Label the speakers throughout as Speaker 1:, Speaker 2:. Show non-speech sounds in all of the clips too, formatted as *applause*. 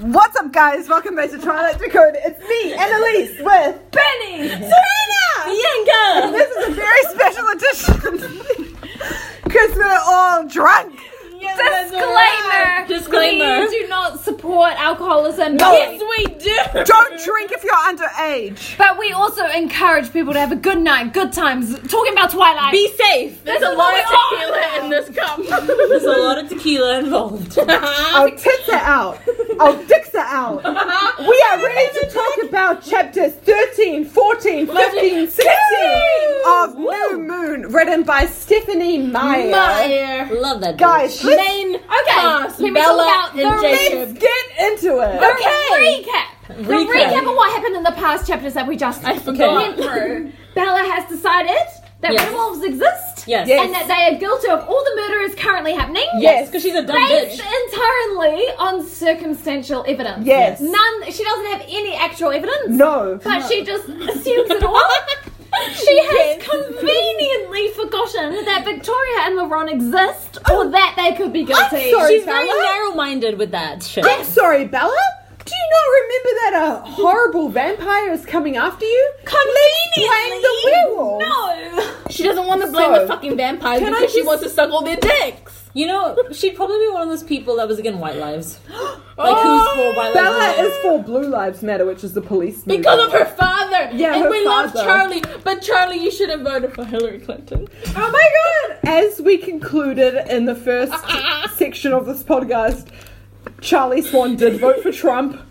Speaker 1: What's up, guys? Welcome back to Twilight Dakota. It's me, Annalise, with
Speaker 2: Benny!
Speaker 1: Serena!
Speaker 2: Bianca!
Speaker 1: This is a very special edition because we're all drunk.
Speaker 2: Disclaimer!
Speaker 3: Disclaimer.
Speaker 2: We do not support alcoholism.
Speaker 1: No.
Speaker 2: Yes, we do!
Speaker 1: Don't drink if you're underage.
Speaker 2: But we also encourage people to have a good night, good times, talking about Twilight.
Speaker 3: Be
Speaker 2: This
Speaker 3: safe. There's a
Speaker 2: is
Speaker 3: lot
Speaker 2: what
Speaker 3: of
Speaker 2: we
Speaker 3: tequila
Speaker 2: are.
Speaker 3: in this cup. There's a lot of tequila *laughs* involved.
Speaker 1: Our tits are out. Our dicks are out. We are ready to talk about chapters 13, 14, 15, 16 of New Moon, written by Stephanie Meyer.
Speaker 3: Love that.
Speaker 1: Guys,
Speaker 3: bitch.
Speaker 1: let's-
Speaker 3: main
Speaker 2: Okay,
Speaker 3: cast,
Speaker 2: can we talk
Speaker 3: Bella
Speaker 2: about
Speaker 3: and
Speaker 2: the
Speaker 1: Let's
Speaker 3: Jacob.
Speaker 1: get into it.
Speaker 2: The Recap! The
Speaker 3: Recap.
Speaker 2: recap of what happened in the past chapters that we just
Speaker 3: I
Speaker 2: went
Speaker 3: forgot.
Speaker 2: through. Bella has decided that
Speaker 3: Yes.
Speaker 2: werewolves exist
Speaker 3: Yes.
Speaker 1: Yes.
Speaker 2: and that they are guilty of all the murders currently happening.
Speaker 3: Yes, because she's a dumb
Speaker 2: Based
Speaker 3: bitch.
Speaker 2: entirely on circumstantial evidence.
Speaker 1: Yes.
Speaker 2: None, she doesn't have any actual evidence.
Speaker 1: No.
Speaker 2: But she just assumes it all. she has conveniently forgotten that Victoria and LaRon exist or that they could be guilty.
Speaker 1: I'm sorry.
Speaker 3: She's very
Speaker 1: Bella?
Speaker 3: narrow-minded with that shit.
Speaker 1: I'm sorry, Bella. Do you not remember that a horrible vampire is coming after you? Conveniently, blame the werewolf.
Speaker 2: No!
Speaker 3: She doesn't want to
Speaker 1: blame the
Speaker 3: fucking vampires
Speaker 1: Can I because she just- wants
Speaker 3: to suck all their dicks. You know, she'd probably be one of those people that was against white *gasps* lives. Like who's for white
Speaker 1: Bella
Speaker 3: lives?
Speaker 1: is for Blue Lives Matter, which is the police. Movie.
Speaker 3: Because of her father.
Speaker 1: Yeah,
Speaker 3: and
Speaker 1: her
Speaker 3: we
Speaker 1: father.
Speaker 3: love Charlie, but Charlie, you should have voted for Hillary
Speaker 4: *laughs*
Speaker 3: Clinton.
Speaker 1: Oh my god! As we concluded in the first
Speaker 3: *laughs*
Speaker 1: section of this podcast, Charlie Swan did vote for Trump.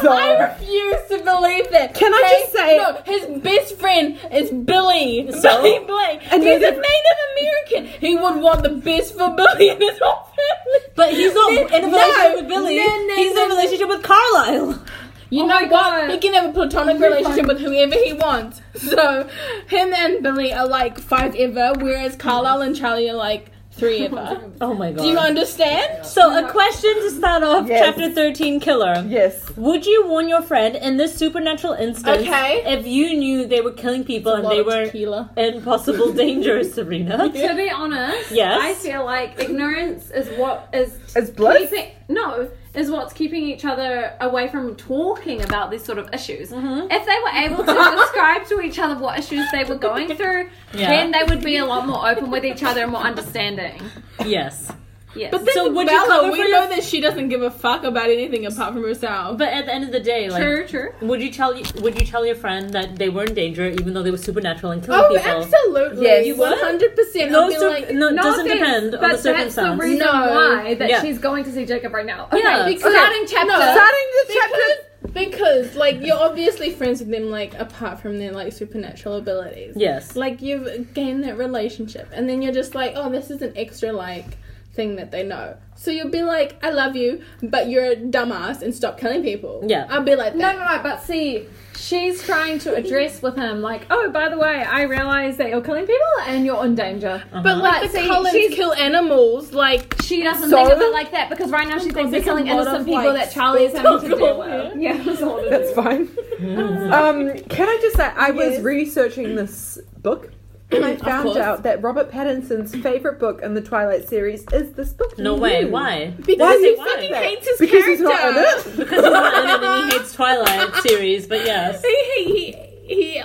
Speaker 1: So-
Speaker 3: I refuse to believe that.
Speaker 1: Can I
Speaker 3: They-
Speaker 1: just say-
Speaker 3: no? His best friend is Billy.
Speaker 4: So?
Speaker 3: Billy Blake.
Speaker 1: And
Speaker 3: he's
Speaker 1: neither-
Speaker 3: a Native American. He would want the best for Billy and his whole family. Oh
Speaker 4: But he's not in a
Speaker 3: No,
Speaker 4: relationship with Billy.
Speaker 3: no, no,
Speaker 4: he's
Speaker 3: no,
Speaker 4: in
Speaker 3: no.
Speaker 4: a relationship with Carlisle.
Speaker 3: You
Speaker 2: Oh
Speaker 3: know
Speaker 2: my
Speaker 3: what?
Speaker 2: God.
Speaker 3: He can have a platonic relationship with whoever he wants. So him and Billy are like five ever, whereas Carlisle and Charlie are like *laughs* three ever.
Speaker 4: Oh my god.
Speaker 3: Do you understand?
Speaker 4: so a question to start off
Speaker 1: Yes.
Speaker 4: chapter 13 killer.
Speaker 1: yes.
Speaker 4: Would you warn your friend in this supernatural instance
Speaker 3: Okay.
Speaker 4: if you knew they were killing people and
Speaker 3: Lot
Speaker 4: they
Speaker 3: of
Speaker 4: were
Speaker 3: tequila.
Speaker 4: in possible danger, Serena?
Speaker 2: To be honest,
Speaker 4: Yes.
Speaker 2: I feel like ignorance is what is
Speaker 1: It's bliss.
Speaker 2: keeping no is what's keeping each other away from talking about these sort of issues. If they were able to describe to each other what issues they were going through,
Speaker 4: Yeah.
Speaker 2: then they would be a lot more open with each other and more understanding.
Speaker 4: Yes.
Speaker 2: Yes.
Speaker 3: But then
Speaker 4: So would you
Speaker 3: Bella,
Speaker 4: cover
Speaker 3: we
Speaker 4: for your-
Speaker 3: know that she doesn't give a fuck about anything apart from herself.
Speaker 4: But at the end of the day, like
Speaker 2: true, true.
Speaker 4: would you tell would you tell your friend that they were in danger even though they were supernatural and killing
Speaker 3: Oh,
Speaker 4: people?
Speaker 3: absolutely.
Speaker 1: Yes. You
Speaker 3: one
Speaker 4: would?
Speaker 3: hundred percent.
Speaker 4: No,
Speaker 3: I'll be
Speaker 4: so-
Speaker 3: like,
Speaker 4: no, it
Speaker 2: No
Speaker 4: doesn't
Speaker 2: offense,
Speaker 4: depend on
Speaker 2: but
Speaker 4: the
Speaker 2: that's the
Speaker 4: circumstance.
Speaker 2: reason
Speaker 3: No.
Speaker 2: why that
Speaker 4: Yeah.
Speaker 2: she's going to see Jacob right now. Okay,
Speaker 4: Yeah.
Speaker 2: because- starting chapter.
Speaker 1: Starting the chapter.
Speaker 3: because, because like you're obviously friends with them like apart from their like supernatural abilities.
Speaker 4: yes.
Speaker 3: Like you've gained that relationship, and then you're just like, oh, this is an extra like thing that they know. So you'll be like, I love you, but you're a dumbass and stop killing people.
Speaker 4: Yeah.
Speaker 3: I'll be like
Speaker 2: No,
Speaker 3: that.
Speaker 2: no, no. But see, she's trying to address with him, like, oh, by the way, I realize that you're killing people and you're in danger.
Speaker 4: Oh.
Speaker 3: But like
Speaker 2: But
Speaker 3: the
Speaker 2: see,
Speaker 3: Collins
Speaker 2: she's-
Speaker 3: kill animals, like
Speaker 2: She doesn't
Speaker 1: So-
Speaker 2: think of it like that because right now she thinks
Speaker 3: God,
Speaker 2: they're
Speaker 3: there's a
Speaker 2: killing
Speaker 3: lot
Speaker 2: innocent
Speaker 3: of,
Speaker 2: people
Speaker 3: like,
Speaker 2: that Charlie is having to deal with. Yeah, that's all it
Speaker 1: That's
Speaker 2: is.
Speaker 1: fine. um, can I just say, I was researching this book and I found
Speaker 3: course.
Speaker 1: out that Robert Pattinson's favourite book in the Twilight series is this book.
Speaker 4: No way. Why?
Speaker 1: Why
Speaker 3: because
Speaker 1: do
Speaker 3: he
Speaker 1: you
Speaker 3: fucking
Speaker 1: think that?
Speaker 3: hates his
Speaker 1: Because he's
Speaker 3: character.
Speaker 1: not in it?
Speaker 3: *laughs*
Speaker 4: Because he's not in it and he hates Twilight series, but yes.
Speaker 3: He he he, he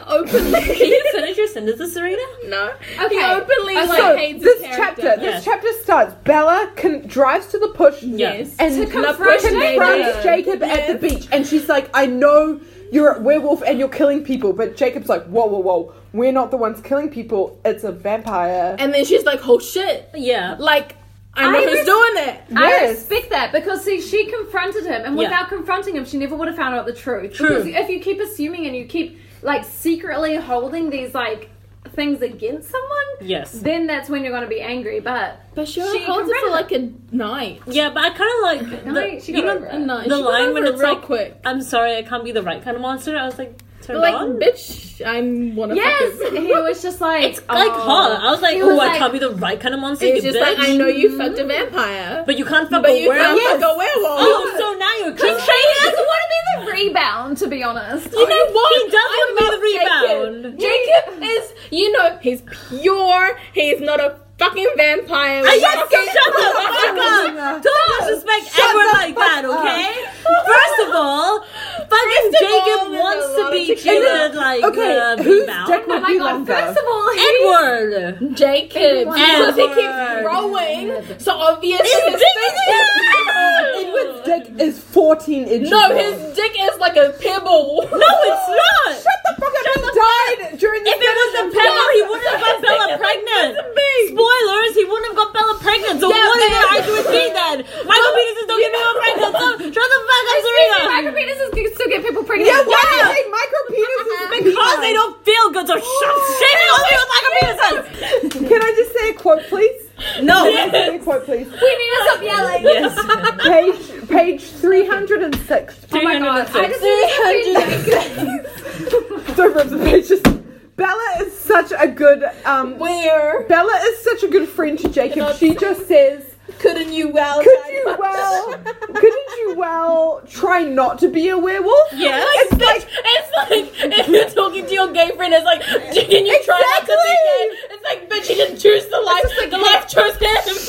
Speaker 1: *laughs*
Speaker 3: openly
Speaker 4: Can you finish your sentences, Serena?
Speaker 3: no.
Speaker 2: Okay.
Speaker 3: He openly
Speaker 2: Okay.
Speaker 3: like
Speaker 1: Uh, So
Speaker 3: hates
Speaker 1: this
Speaker 3: his
Speaker 1: chapter,
Speaker 3: character.
Speaker 1: this
Speaker 4: Yeah.
Speaker 1: chapter starts. Bella con- drives to the push
Speaker 4: Yes.
Speaker 1: and
Speaker 2: To
Speaker 1: La-
Speaker 2: confront
Speaker 1: confronts
Speaker 3: Jacob.
Speaker 1: Jacob at the beach, and she's like, "I know you're a werewolf and you're killing people," but Jacob's like, "Whoa, whoa, whoa! We're not the ones killing people. It's a vampire."
Speaker 3: And then she's like, oh shit.
Speaker 4: Yeah.
Speaker 3: Like, I know
Speaker 2: I
Speaker 3: who's
Speaker 2: res-
Speaker 3: doing it.
Speaker 2: I
Speaker 1: Yes.
Speaker 2: respect that because see, she confronted him, and
Speaker 4: Yeah.
Speaker 2: without confronting him, she never would have found out the truth.
Speaker 4: True.
Speaker 2: Because if you keep assuming and you keep like secretly holding these like things against someone,
Speaker 4: Yes.
Speaker 2: then that's when you're going to be angry. But
Speaker 3: But she,
Speaker 2: She
Speaker 3: holds it for like
Speaker 2: confronted
Speaker 3: a night.
Speaker 4: Yeah, but I kind of like
Speaker 2: no,
Speaker 4: the,
Speaker 2: she
Speaker 4: you
Speaker 2: got
Speaker 4: know,
Speaker 2: over
Speaker 3: A
Speaker 2: it.
Speaker 3: night.
Speaker 4: The
Speaker 3: She got
Speaker 4: line when
Speaker 3: over it
Speaker 4: it's
Speaker 3: real
Speaker 4: like-
Speaker 3: quick.
Speaker 4: I'm sorry, I can't be the right kind of monster. I was like, turned
Speaker 3: Like,
Speaker 4: on.
Speaker 3: bitch, I'm one of
Speaker 2: Yes, *laughs* he was just like
Speaker 4: It's like
Speaker 2: oh.
Speaker 4: hot. I was like,
Speaker 2: He
Speaker 4: oh,
Speaker 2: was
Speaker 4: I
Speaker 2: like-
Speaker 4: can't be the right kind of monster,
Speaker 3: It's
Speaker 4: you
Speaker 3: just
Speaker 4: bitch.
Speaker 3: like, I know you fucked a vampire.
Speaker 4: but you can't fuck
Speaker 3: But
Speaker 4: a
Speaker 3: you
Speaker 4: werewolf.
Speaker 3: can't fuck a werewolf.
Speaker 4: Oh, so now you're king
Speaker 2: Because Shane doesn't want to be the rebound, to be honest.
Speaker 4: You know what? He does
Speaker 3: I'm
Speaker 4: want to be
Speaker 3: not
Speaker 4: the rebound.
Speaker 3: Jacob is, you know, he's pure. He's not a fucking vampire.
Speaker 4: I just
Speaker 3: Fucking- *laughs*
Speaker 4: shut the fuck up. Don't disrespect everyone like that, okay?
Speaker 3: First of all,
Speaker 4: Jacob
Speaker 3: there's
Speaker 4: wants
Speaker 3: a
Speaker 4: to
Speaker 3: lot
Speaker 4: be
Speaker 3: of tequila.
Speaker 4: treated like
Speaker 1: Okay,
Speaker 4: uh,
Speaker 1: whose
Speaker 4: Big Mouth.
Speaker 1: dick
Speaker 5: Oh
Speaker 1: would
Speaker 5: my
Speaker 1: be
Speaker 5: god,
Speaker 1: longer?
Speaker 5: first of *laughs* all, he-
Speaker 4: Edward.
Speaker 3: Jacob.
Speaker 4: Edward.
Speaker 3: Because he keeps growing, so obviously
Speaker 4: His
Speaker 3: his
Speaker 4: dick
Speaker 3: dick
Speaker 1: Edward's dick is 14 inches.
Speaker 3: No,
Speaker 1: long. Oh,
Speaker 3: his dick is like a pebble. No,
Speaker 4: it's
Speaker 1: Shut the fuck up. He died during the
Speaker 4: If it was a Bella, he wouldn't have got Bella pregnant. Spoilers, he wouldn't have got Bella pregnant. So
Speaker 3: Yeah,
Speaker 4: what did
Speaker 3: man.
Speaker 4: you argue with me then? Michael Peters is don't get Bella pregnant. So shut the fuck up, Serena.
Speaker 5: Micropenises can still get people pregnant.
Speaker 1: Yeah, why do they micro penises?
Speaker 4: Because they don't feel good, so shut shaming all people with Michael Peterson.
Speaker 1: Can I just say a quote, please?
Speaker 4: No.
Speaker 1: Can I say a quote, please?
Speaker 5: We need to stop yelling.
Speaker 4: Yes.
Speaker 1: Page page 306.
Speaker 5: Oh my god, I just
Speaker 4: *laughs*
Speaker 5: need to see Jacob.
Speaker 1: Sorry, Rob's page just. Bella is such a good um.
Speaker 3: Where
Speaker 1: Bella is such a good friend to Jacob.
Speaker 3: Cannot-
Speaker 1: She just says,
Speaker 3: *laughs* couldn't you well?
Speaker 1: "Could you well? Couldn't you well try not to be a werewolf?"
Speaker 4: Yeah.
Speaker 1: It's like
Speaker 3: It's like if you're talking to your gay friend, it's like, can you try not to be gay? It's like, bitch, you didn't choose the life. the life chose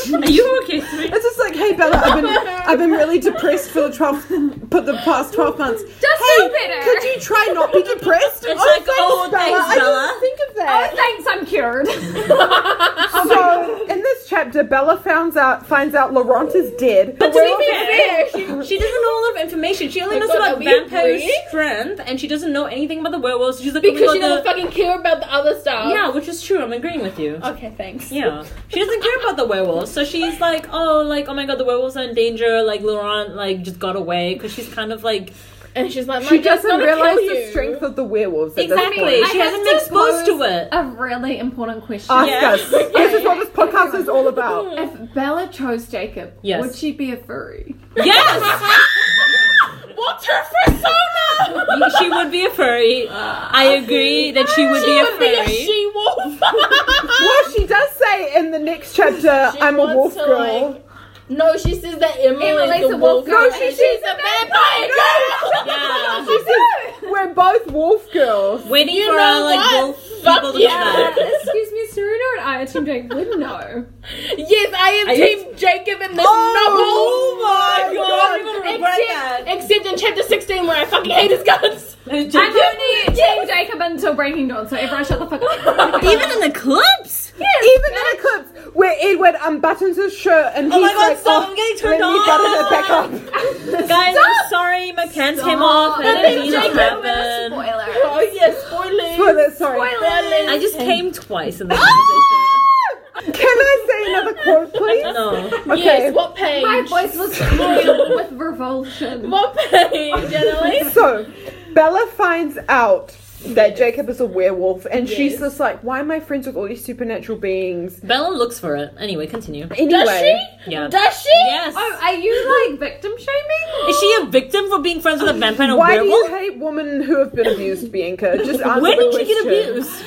Speaker 3: him.
Speaker 4: Are you okay, sweetie?
Speaker 1: It's just like, hey Bella, I've been I've been really depressed for the twelve for the past twelve months.
Speaker 5: Just
Speaker 1: hey,
Speaker 5: do better.
Speaker 1: could you try not be depressed? It's
Speaker 4: eh? like, oh, thanks,
Speaker 1: I
Speaker 4: Bella.
Speaker 1: didn't think of
Speaker 5: Oh,
Speaker 1: that.
Speaker 5: thanks, I'm cured.
Speaker 4: *laughs* Oh,
Speaker 1: so in this chapter, Bella finds out finds out Laurent is dead.
Speaker 4: But to
Speaker 1: We're
Speaker 4: be
Speaker 1: all-
Speaker 4: fair, she, she doesn't know a lot of information. She only
Speaker 3: Oh my
Speaker 4: knows
Speaker 3: God, are
Speaker 4: about
Speaker 3: we
Speaker 4: vampire
Speaker 3: agreeing?
Speaker 4: strength, and she doesn't know anything about the werewolves. She's like, oh my
Speaker 3: Because
Speaker 4: God,
Speaker 3: she doesn't
Speaker 4: the-
Speaker 3: fucking care about the other stuff.
Speaker 4: Yeah, which is true. I'm agreeing with
Speaker 3: *laughs*
Speaker 4: you.
Speaker 3: Okay, thanks.
Speaker 4: Yeah, she doesn't care about the werewolves, so she's like, oh, like oh my god, the werewolves are in danger. Like Laurent, like just got away because she's kind of like
Speaker 3: And she's like, my
Speaker 1: She
Speaker 3: dad's
Speaker 1: doesn't
Speaker 3: gonna
Speaker 1: realize
Speaker 3: kill
Speaker 1: the
Speaker 3: you.
Speaker 1: strength of the werewolves. At
Speaker 4: exactly.
Speaker 1: This point.
Speaker 4: she
Speaker 5: I
Speaker 4: hasn't been
Speaker 5: have to
Speaker 4: exposed to it.
Speaker 5: A really important question.
Speaker 1: Ask
Speaker 4: Yeah.
Speaker 1: us. This is what this podcast is all about.
Speaker 5: If Bella chose Jacob,
Speaker 4: Yes.
Speaker 5: would she be a furry?
Speaker 4: Yes, *laughs*
Speaker 3: What's her persona?
Speaker 4: she would be a furry. I agree that she would
Speaker 3: she
Speaker 4: be a
Speaker 3: would be a
Speaker 4: furry.
Speaker 3: she wolf.
Speaker 1: Well, she does say in the next chapter,
Speaker 3: She
Speaker 1: "I'm a wolf
Speaker 3: wants to,
Speaker 1: girl."
Speaker 3: like- *laughs* no, she says that Emily's,
Speaker 5: Emily's
Speaker 3: the
Speaker 5: a wolf
Speaker 3: wolf
Speaker 5: girl.
Speaker 3: girl.
Speaker 1: No, she-
Speaker 3: and she's a vampire girl.
Speaker 4: Yeah,
Speaker 3: *laughs*
Speaker 1: *laughs* she says, "We're both wolf girls."
Speaker 4: waiting
Speaker 3: You
Speaker 4: for our
Speaker 3: know
Speaker 4: like
Speaker 3: what?
Speaker 4: wolf
Speaker 3: Fuck
Speaker 4: people to
Speaker 3: yeah.
Speaker 4: come back.
Speaker 5: Uh, excuse me, Serena and I are Team Jacob would
Speaker 4: *laughs*
Speaker 5: know.
Speaker 3: Yes, I am
Speaker 4: Are you-
Speaker 3: Team Jacob in this
Speaker 1: Oh
Speaker 4: my
Speaker 3: novel.
Speaker 4: God, you're gonna regret
Speaker 3: except, except in chapter 16 where I fucking hate his guns.
Speaker 5: I'm only Team Jacob until Breaking Dawn, so everyone shut the fuck up.
Speaker 4: Even an eclipse.
Speaker 1: Even in Eclipse, where Edward unbuttons his shirt and
Speaker 4: Oh
Speaker 1: he's
Speaker 4: my God,
Speaker 1: like,
Speaker 4: stop,
Speaker 1: oh,
Speaker 4: I'm getting turned
Speaker 1: let me
Speaker 4: on."
Speaker 1: button it back
Speaker 4: *laughs*
Speaker 1: up.
Speaker 4: Guys, I'm sorry, my pants
Speaker 5: Oh.
Speaker 4: came off.
Speaker 5: But
Speaker 4: I didn't
Speaker 5: then
Speaker 4: mean to
Speaker 5: Jacob
Speaker 4: happen.
Speaker 5: spoiler.
Speaker 3: *laughs* Oh, yeah, spoilers.
Speaker 1: Well, that's- sorry.
Speaker 4: I
Speaker 3: Spoilers.
Speaker 4: just came twice in the
Speaker 1: *laughs*
Speaker 4: conversation.
Speaker 1: Can I say another quote, please?
Speaker 4: *laughs* No.
Speaker 1: Okay.
Speaker 3: Yes, what page?
Speaker 5: My voice was spoiled with revulsion.
Speaker 3: What page, Annalise?
Speaker 1: So, Bella finds out that Jacob is a werewolf, and she's
Speaker 3: Yes.
Speaker 1: just like, why am I friends with all these supernatural beings?
Speaker 4: Bella looks for it. Anyway, continue.
Speaker 1: Anyway,
Speaker 3: Does she?
Speaker 4: Yeah.
Speaker 3: Does she?
Speaker 4: Yes.
Speaker 5: Oh, are you like victim shaming?
Speaker 4: Is she a victim for being friends with a vampire and a
Speaker 1: why do you
Speaker 4: werewolf?
Speaker 1: hate women who have been abused, Bianca?
Speaker 4: *laughs*
Speaker 1: Just answer
Speaker 4: When
Speaker 1: the
Speaker 4: did she get
Speaker 1: question.
Speaker 4: abused?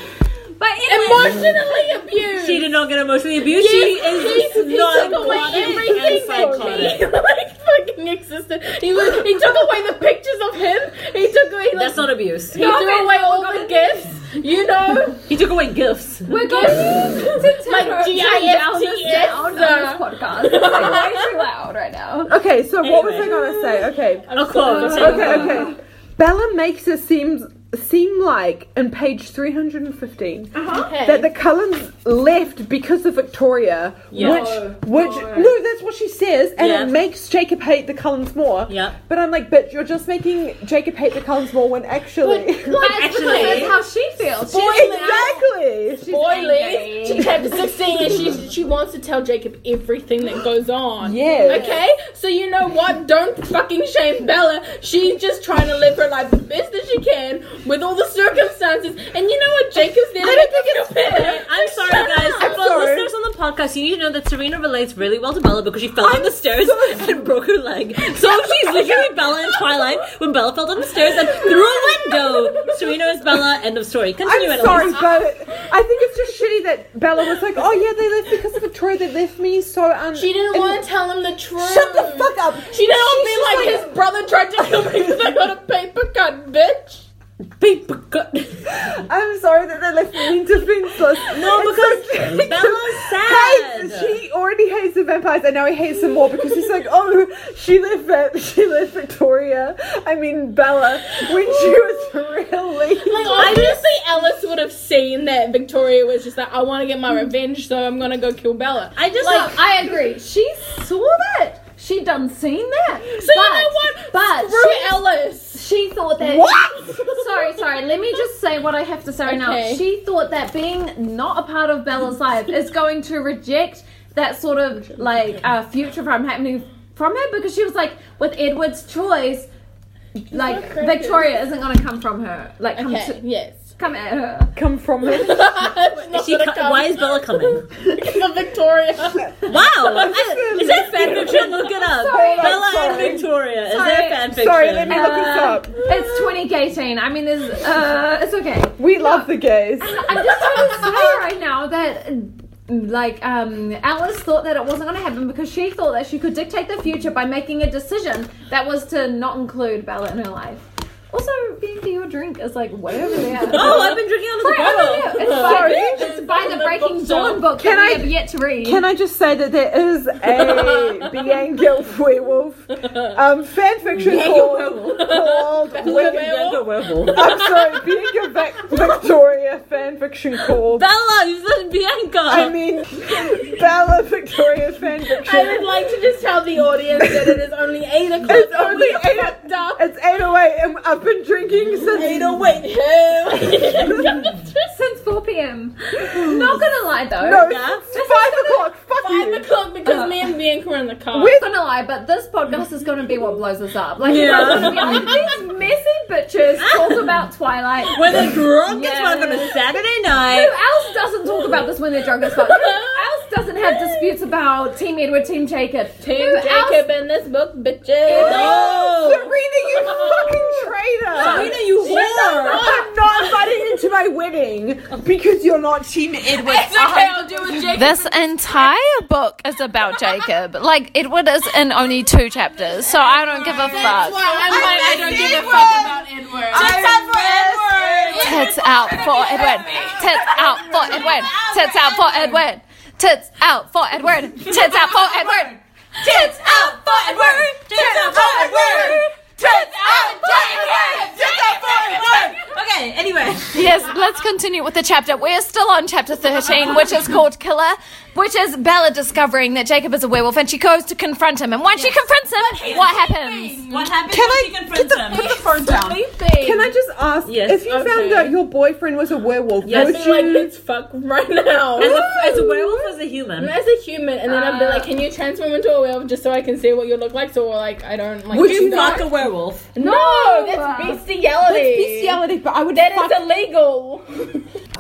Speaker 5: But anyway,
Speaker 3: Emotionally abused.
Speaker 4: She did not get emotionally abused.
Speaker 3: Yes,
Speaker 4: she is
Speaker 3: he
Speaker 4: not
Speaker 3: took away
Speaker 4: neurotic and
Speaker 3: everything that
Speaker 4: psychotic.
Speaker 3: he *laughs* like fucking existed. He was, he took away the pictures of him. He took away like,
Speaker 4: That's not abuse.
Speaker 3: he
Speaker 5: Stop
Speaker 3: threw
Speaker 5: it.
Speaker 3: away all the gifts. You know,
Speaker 4: He took away gifts.
Speaker 5: we're going to turn
Speaker 3: Like
Speaker 5: her- turn
Speaker 3: GIFs,
Speaker 5: down this
Speaker 3: yes,
Speaker 5: sound
Speaker 3: uh.
Speaker 5: on this podcast. It's like way too loud right now.
Speaker 1: Okay, so what was I
Speaker 4: Anyway.
Speaker 1: gonna say? Okay.
Speaker 4: A quote.
Speaker 1: Okay, okay. Bella makes it seem seem like in page 315
Speaker 4: Uh-huh.
Speaker 1: that the Cullens left because of Victoria,
Speaker 4: Yeah.
Speaker 1: which which no, that's what she says, and
Speaker 4: Yeah.
Speaker 1: it makes Jacob hate the Cullens more.
Speaker 4: Yeah.
Speaker 1: But I'm like, bitch, you're just making Jacob hate the Cullens more when actually. *laughs*
Speaker 3: *laughs*
Speaker 5: But it's because
Speaker 4: Actually-
Speaker 5: that's how she feels. She's
Speaker 1: Well,
Speaker 5: mad.
Speaker 1: exactly.
Speaker 3: spoilers.
Speaker 5: angry.
Speaker 3: She's chapter sixteen, and she she wants to tell Jacob everything that goes on.
Speaker 1: Yeah.
Speaker 3: Okay, so you know what? Don't fucking shame Bella. She's just trying to live her life the best that she can with all the circumstances. And you know what? Jacob's there. I don't think it's fair.
Speaker 4: I'm sorry, guys. For
Speaker 1: sorry.
Speaker 4: listeners on the podcast, you need to know that Serena relates really well to Bella because she fell down the stairs and broke her leg. So she's literally Bella in Twilight when Bella fell down the stairs and through a window. Serena is Bella. End of story. Continue.
Speaker 1: I'm
Speaker 4: Annalise.
Speaker 1: sorry, but I think it's just shitty that Bella was like, "Oh yeah, they left because of Victoria. They left me so un."
Speaker 3: She didn't
Speaker 1: and-
Speaker 3: want to tell him the truth.
Speaker 1: Shut the fuck up.
Speaker 3: She didn't want to
Speaker 1: She's
Speaker 3: be like,
Speaker 1: just
Speaker 3: his brother tried to kill me because I got a paper cut, bitch.
Speaker 4: Paper cut.
Speaker 1: I'm sorry that they left me defenseless.
Speaker 4: No,
Speaker 1: It's
Speaker 3: *laughs*
Speaker 4: because
Speaker 1: so-
Speaker 4: Bella's
Speaker 1: Hey,
Speaker 4: sad.
Speaker 1: she already hates the vampires and now he hates them more because he's like, oh, she left, Va- she left Victoria, I mean Bella, when she was really.
Speaker 3: Like obviously Alice would have seen that Victoria was just like, I want to get my revenge, so I'm gonna go kill Bella.
Speaker 4: I just
Speaker 2: Like, I agree. She saw that. She done seen that.
Speaker 3: So you know what?
Speaker 2: But
Speaker 3: Screw
Speaker 2: she-
Speaker 3: Alice.
Speaker 2: she thought that.
Speaker 1: What?
Speaker 2: *laughs* Sorry, sorry. Let me just say what I have to say right now.
Speaker 3: Okay.
Speaker 2: She thought that being not a part of Bella's life is going to reject that sort of like uh, future from happening from her because she was like, with Edward's choice, like
Speaker 3: so crazy.
Speaker 2: Victoria isn't going to come from her, like come to,
Speaker 3: Okay. *laughs* Yes.
Speaker 2: come at her.
Speaker 1: Come from
Speaker 3: *laughs*
Speaker 1: him.
Speaker 3: It's not
Speaker 4: She
Speaker 3: gonna
Speaker 4: co-
Speaker 3: come
Speaker 4: why is Bella coming?
Speaker 3: because of Victoria.
Speaker 4: Wow! I- is that fanfiction? Look it up.
Speaker 2: Sorry.
Speaker 4: Bella
Speaker 1: Sorry.
Speaker 4: and Victoria. Is
Speaker 2: Sorry.
Speaker 4: that fanfiction?
Speaker 1: Sorry, let me look this
Speaker 2: Uh,
Speaker 1: up.
Speaker 3: *gasps*
Speaker 2: It's 2018. I mean, there's uh, it's okay.
Speaker 1: We love the gays.
Speaker 2: I'm just so excited right now that like um Alice thought that it wasn't gonna happen because she thought that she could dictate the future by making a decision that was to not include Bella in her life. Also, being for your drink is like way over there.
Speaker 1: *laughs*
Speaker 4: Oh, I've been drinking out of the
Speaker 2: Right over there.
Speaker 4: bottle.
Speaker 2: It's by,
Speaker 1: Sorry.
Speaker 2: it's by the Breaking Dawn book
Speaker 1: Can
Speaker 2: that
Speaker 1: I-
Speaker 2: we have yet to read.
Speaker 1: Can I just say that there is
Speaker 3: *laughs*
Speaker 1: a Bian Guild werewolf um, fan fiction called, called Wicked-
Speaker 4: Bianca werewolf.
Speaker 1: I'm sorry, being a Vic- Victoria fanfiction called.
Speaker 4: Bella, you said Bianca.
Speaker 1: I mean, Bella Victoria
Speaker 3: I
Speaker 1: fanfiction.
Speaker 3: would like to just tell the audience that it is only eight o'clock.
Speaker 1: It's only
Speaker 3: We are
Speaker 1: eight-
Speaker 3: fucked up.
Speaker 1: It's 808 and I've been drinking
Speaker 3: Eight
Speaker 1: since.
Speaker 3: oh wait.
Speaker 2: Since 4
Speaker 1: *laughs*
Speaker 2: p.m. Not gonna lie though.
Speaker 1: No,
Speaker 4: Yeah.
Speaker 1: it's 5 o'clock. Fuck *laughs*
Speaker 3: Five
Speaker 1: you.
Speaker 3: o'clock because me and Bianca were in the car.
Speaker 2: I'm not gonna lie, but this podcast is gonna be what blows us up. Like,
Speaker 4: Yeah.
Speaker 2: it's gonna be like, these messy bitches talk about Twilight.
Speaker 4: when they're drunk as fuck on a
Speaker 2: Yes.
Speaker 4: Saturday
Speaker 2: Who
Speaker 4: night.
Speaker 2: else doesn't talk about this when they're drunk as fuck? Who else doesn't have disputes about Team Edward, Team Jacob?
Speaker 3: Team
Speaker 2: Who
Speaker 3: Jacob in this book, bitches.
Speaker 4: Oh,
Speaker 1: Serena, you fucking traitor.
Speaker 4: Serena, you whore.
Speaker 1: I'm not invited into my wedding because you're not Team Edward.
Speaker 3: okay, I'll do it, Jacob.
Speaker 6: This entire book is about Jacob. Like Edward is in only two chapters, so I don't give a fuck.
Speaker 3: I'm like, I don't give a fuck about Edward.
Speaker 6: Tits out for Edward. Tits out for Edward. Tits out for Edward. Tits out for Edward. Tits out for Edward. Tits out for Edward.
Speaker 4: Tits out for Edward. Tits out for Edward. Tits out for Edward. Okay, anyway.
Speaker 6: Yes, let's continue with the chapter. We're still on chapter 13, which is called Killer, which is Bella discovering that Jacob is a werewolf and she goes to confront him. And once she confronts him, what happens?
Speaker 4: What happened
Speaker 1: Can
Speaker 4: when
Speaker 1: I-
Speaker 4: she confronts him?
Speaker 1: Put the phone down. Can I just ask
Speaker 4: Yes,
Speaker 1: if you found
Speaker 3: okay.
Speaker 1: out your boyfriend was a werewolf?
Speaker 4: Yes.
Speaker 1: would
Speaker 3: I'd be
Speaker 1: you?
Speaker 3: like, let's fuck right now.
Speaker 4: As a, as a werewolf, as a human.
Speaker 3: As a human, *laughs* and then I'd be like, "Can you transform into a werewolf just so I can see what you look like?" So like, I don't like.
Speaker 1: Would
Speaker 4: You
Speaker 1: you
Speaker 4: fuck
Speaker 1: not?
Speaker 4: a werewolf.
Speaker 3: No, that's bestiality.
Speaker 1: That's bestiality, but I would
Speaker 3: That
Speaker 1: fuck
Speaker 3: is illegal.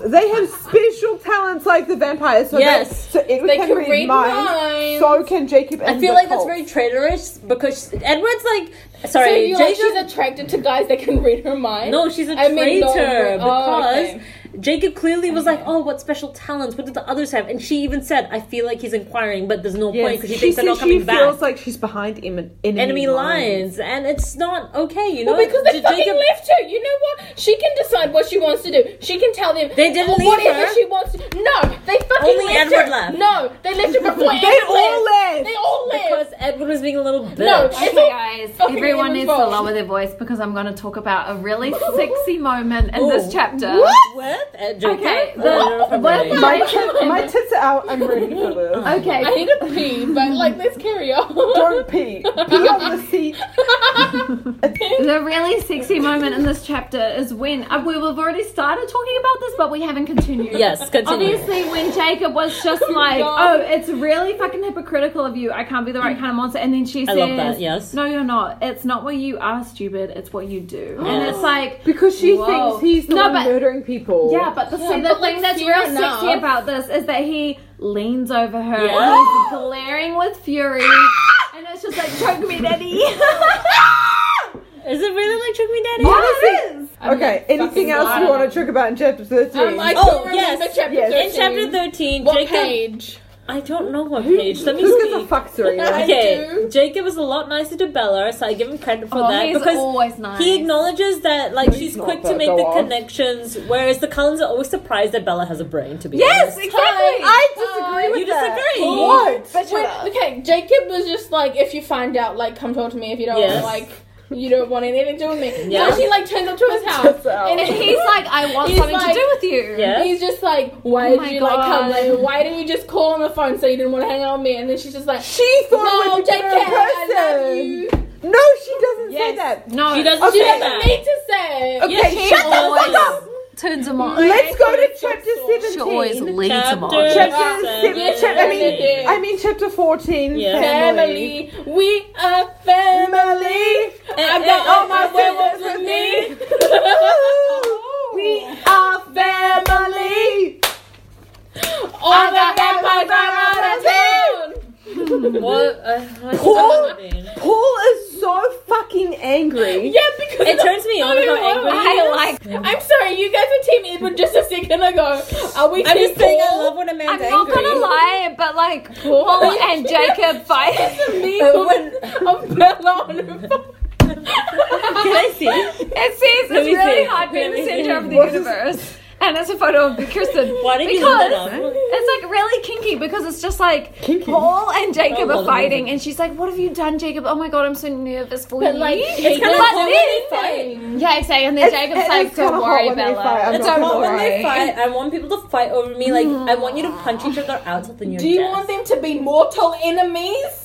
Speaker 1: They have special talents like the vampires. So
Speaker 4: Yes.
Speaker 1: that- so Edward
Speaker 3: They
Speaker 1: can,
Speaker 3: can
Speaker 1: read,
Speaker 3: read
Speaker 1: minds.
Speaker 3: minds.
Speaker 1: So can Jacob. And
Speaker 4: I feel like
Speaker 1: Nicole.
Speaker 4: that's very traitorous because Edward's like,
Speaker 3: So
Speaker 4: sorry,
Speaker 3: you like
Speaker 4: Jacob.
Speaker 3: she's attracted to guys that can read her mind?
Speaker 4: no, she's a
Speaker 3: I
Speaker 4: traitor
Speaker 3: mean, no, but- oh,
Speaker 4: because
Speaker 3: okay.
Speaker 4: Jacob clearly was like, oh, what special talents? What did the others have? And she even said, I feel like he's inquiring, but there's no point because she, thinks they're
Speaker 1: said
Speaker 4: not coming
Speaker 1: she
Speaker 4: back.
Speaker 1: feels like she's behind em- enemy,
Speaker 4: enemy
Speaker 1: lines.
Speaker 4: lines, and it's not okay, you know.
Speaker 3: Well, because they
Speaker 4: J-
Speaker 3: fucking left her. You know what? She can decide what she wants to do. She can tell them
Speaker 4: They didn't leave
Speaker 3: whatever
Speaker 4: her.
Speaker 3: she wants to. No, they fucking
Speaker 4: Only
Speaker 3: left
Speaker 4: Edward
Speaker 3: her.
Speaker 4: left.
Speaker 3: No,
Speaker 4: *laughs*
Speaker 3: they left her before Edward
Speaker 1: They all left.
Speaker 3: They all left.
Speaker 4: because Edward was being a little bitch.
Speaker 3: no,
Speaker 4: No,
Speaker 3: it's
Speaker 2: Okay,
Speaker 3: all
Speaker 2: guys,
Speaker 3: fucking
Speaker 2: everyone
Speaker 3: Edward's
Speaker 2: needs to
Speaker 3: fault.
Speaker 2: lower their voice because I'm going to talk about a really
Speaker 4: *laughs*
Speaker 2: sexy moment in
Speaker 4: Ooh.
Speaker 2: this chapter.
Speaker 4: with Ed Jacob.
Speaker 2: Okay,
Speaker 4: Oh,
Speaker 2: the-
Speaker 4: I don't know if I'm
Speaker 2: what-
Speaker 4: ready.
Speaker 1: My, tits, my tits are out. I'm ready for
Speaker 4: *laughs*
Speaker 1: this.
Speaker 2: Okay,
Speaker 3: I need to pee, but like, let's carry on.
Speaker 1: Don't pee. Pee on the seat.
Speaker 2: The really sexy moment in this chapter is when uh, we- we've already started talking about this, but we haven't continued.
Speaker 4: Yes, continue.
Speaker 2: Obviously, when Jacob was just
Speaker 4: *laughs*
Speaker 2: like, "Oh, it's really fucking hypocritical of you. I can't be the right kind of monster," and then she
Speaker 4: I
Speaker 2: says,
Speaker 4: love that, yes.
Speaker 2: no, you're not. It's not what you are, stupid. It's what you do." And
Speaker 4: Yes.
Speaker 2: it's like,
Speaker 1: Because she
Speaker 2: Whoa.
Speaker 1: thinks he's the
Speaker 2: No,
Speaker 1: one
Speaker 2: but-
Speaker 1: murdering people.
Speaker 2: yeah, but the, see, the
Speaker 3: but, like,
Speaker 2: thing that's
Speaker 3: fair
Speaker 2: real
Speaker 3: enough.
Speaker 2: sexy about this is that he leans over her
Speaker 4: Yeah.
Speaker 2: and he's glaring with fury, and it's just like, "Choke me, daddy."
Speaker 4: Is it really like Trick Me Daddy?
Speaker 1: Honestly.
Speaker 3: I'm
Speaker 1: Okay. Anything
Speaker 3: fucking
Speaker 1: else you
Speaker 3: lying.
Speaker 1: want to talk about in chapter thirteen?
Speaker 3: Um, I
Speaker 4: Oh,
Speaker 3: don't remember
Speaker 4: yes,
Speaker 3: chapter
Speaker 1: yes.
Speaker 4: In
Speaker 3: 13.
Speaker 4: chapter 13,
Speaker 3: What
Speaker 4: Jacob
Speaker 3: page?
Speaker 4: I don't know what page. Let me
Speaker 1: Who gives
Speaker 4: see.
Speaker 1: a fuck,
Speaker 4: *laughs*
Speaker 1: Serena?
Speaker 4: Okay, Jacob is a lot nicer to Bella, so I give him credit for
Speaker 2: Oh,
Speaker 4: that
Speaker 2: he's
Speaker 4: because
Speaker 2: always nice.
Speaker 4: he acknowledges that like she's
Speaker 1: not,
Speaker 4: quick
Speaker 1: but
Speaker 4: to make
Speaker 1: go
Speaker 4: the
Speaker 1: on.
Speaker 4: connections, whereas the Cullens are always surprised that Bella has a brain. To be
Speaker 1: Yes,
Speaker 4: honest.
Speaker 1: exactly. I disagree with
Speaker 4: you
Speaker 1: that.
Speaker 4: disagree.
Speaker 1: What?
Speaker 3: Wait, okay, Jacob was just like, if you find out, like, come talk to me if you don't
Speaker 4: Yes.
Speaker 3: like, you don't want anything to do with me.
Speaker 4: Yeah.
Speaker 3: So she like turns up to his house,
Speaker 1: Just out.
Speaker 3: and
Speaker 2: He's like, I want
Speaker 3: He's
Speaker 2: something
Speaker 3: like-
Speaker 2: to do with you.
Speaker 4: Yeah. Oh
Speaker 3: He's just like, why did
Speaker 2: my
Speaker 3: you like come?
Speaker 2: God.
Speaker 3: Like, why didn't you just call on the phone so you didn't want to hang out with me? And then she's just like,
Speaker 1: She thought it
Speaker 3: no,
Speaker 1: would be
Speaker 3: JK,
Speaker 1: better in
Speaker 3: I love you.
Speaker 1: person. No, she doesn't say
Speaker 3: Yes.
Speaker 1: that.
Speaker 2: No.
Speaker 4: She doesn't
Speaker 1: Okay.
Speaker 4: say
Speaker 3: She
Speaker 4: that.
Speaker 3: doesn't need to say. it.
Speaker 1: Okay,
Speaker 4: Yes, she
Speaker 1: shut the fuck
Speaker 2: always-
Speaker 1: up.
Speaker 2: Turns him on.
Speaker 1: Let's go to chapter
Speaker 2: She always
Speaker 1: 17.
Speaker 2: leads him on.
Speaker 1: Chapter
Speaker 4: seven.
Speaker 1: seven. chap- I mean, I mean chapter 14.
Speaker 4: Yeah.
Speaker 3: Family, we are family.
Speaker 1: Family.
Speaker 4: Eh,
Speaker 3: I've got all my
Speaker 1: and- *laughs*
Speaker 3: werewolves with me. *laughs*
Speaker 1: We are family.
Speaker 3: All the vampires are out of town.
Speaker 4: What? Uh, what
Speaker 1: Paul-
Speaker 4: does that mean?
Speaker 1: Paul is so fucking angry.
Speaker 3: Yeah, because
Speaker 4: It turns me on how angry. he
Speaker 2: *laughs* I
Speaker 4: is.
Speaker 2: like.
Speaker 3: I'm sorry, you guys were Team Edward just a second ago. Are we
Speaker 4: I'm
Speaker 3: team
Speaker 4: just saying, I
Speaker 3: Paul?
Speaker 4: love when a man's
Speaker 2: I'm not
Speaker 4: angry.
Speaker 2: gonna lie, but like Paul and Jacob fight.
Speaker 3: me
Speaker 4: Uh, *laughs* when-
Speaker 3: of Bella on her phone.
Speaker 4: Can I see?
Speaker 2: It says
Speaker 4: Let
Speaker 2: it's
Speaker 4: me
Speaker 2: really
Speaker 4: see.
Speaker 2: hard being
Speaker 4: Let
Speaker 2: the
Speaker 4: me
Speaker 2: center
Speaker 4: see.
Speaker 2: of the universe. *laughs* And it's a photo of Kirsten.
Speaker 4: Why did you look that
Speaker 2: because
Speaker 4: up?
Speaker 2: it's like really kinky because it's just like Paul and
Speaker 4: Oh,
Speaker 2: Jacob
Speaker 4: well,
Speaker 2: are fighting, and she's like, "What have you done, Jacob? Oh my god, I'm so nervous for
Speaker 3: But
Speaker 2: you."
Speaker 3: like,
Speaker 4: It's kind of
Speaker 2: But
Speaker 4: like hot
Speaker 2: then-
Speaker 4: when they fight.
Speaker 2: yeah, exactly. And then
Speaker 1: It's-
Speaker 2: Jacob's
Speaker 1: it
Speaker 2: like,
Speaker 1: is
Speaker 2: "Don't
Speaker 1: kinda
Speaker 2: worry,
Speaker 1: hot when they
Speaker 2: Bella.
Speaker 1: fight, I'm
Speaker 2: It's
Speaker 1: not
Speaker 2: all
Speaker 1: gonna
Speaker 4: Hot when they
Speaker 2: right."
Speaker 4: fight. I want people to fight over me. Like I want you to punch each other out of the new
Speaker 3: Do you
Speaker 4: desk.
Speaker 3: want them to be mortal enemies?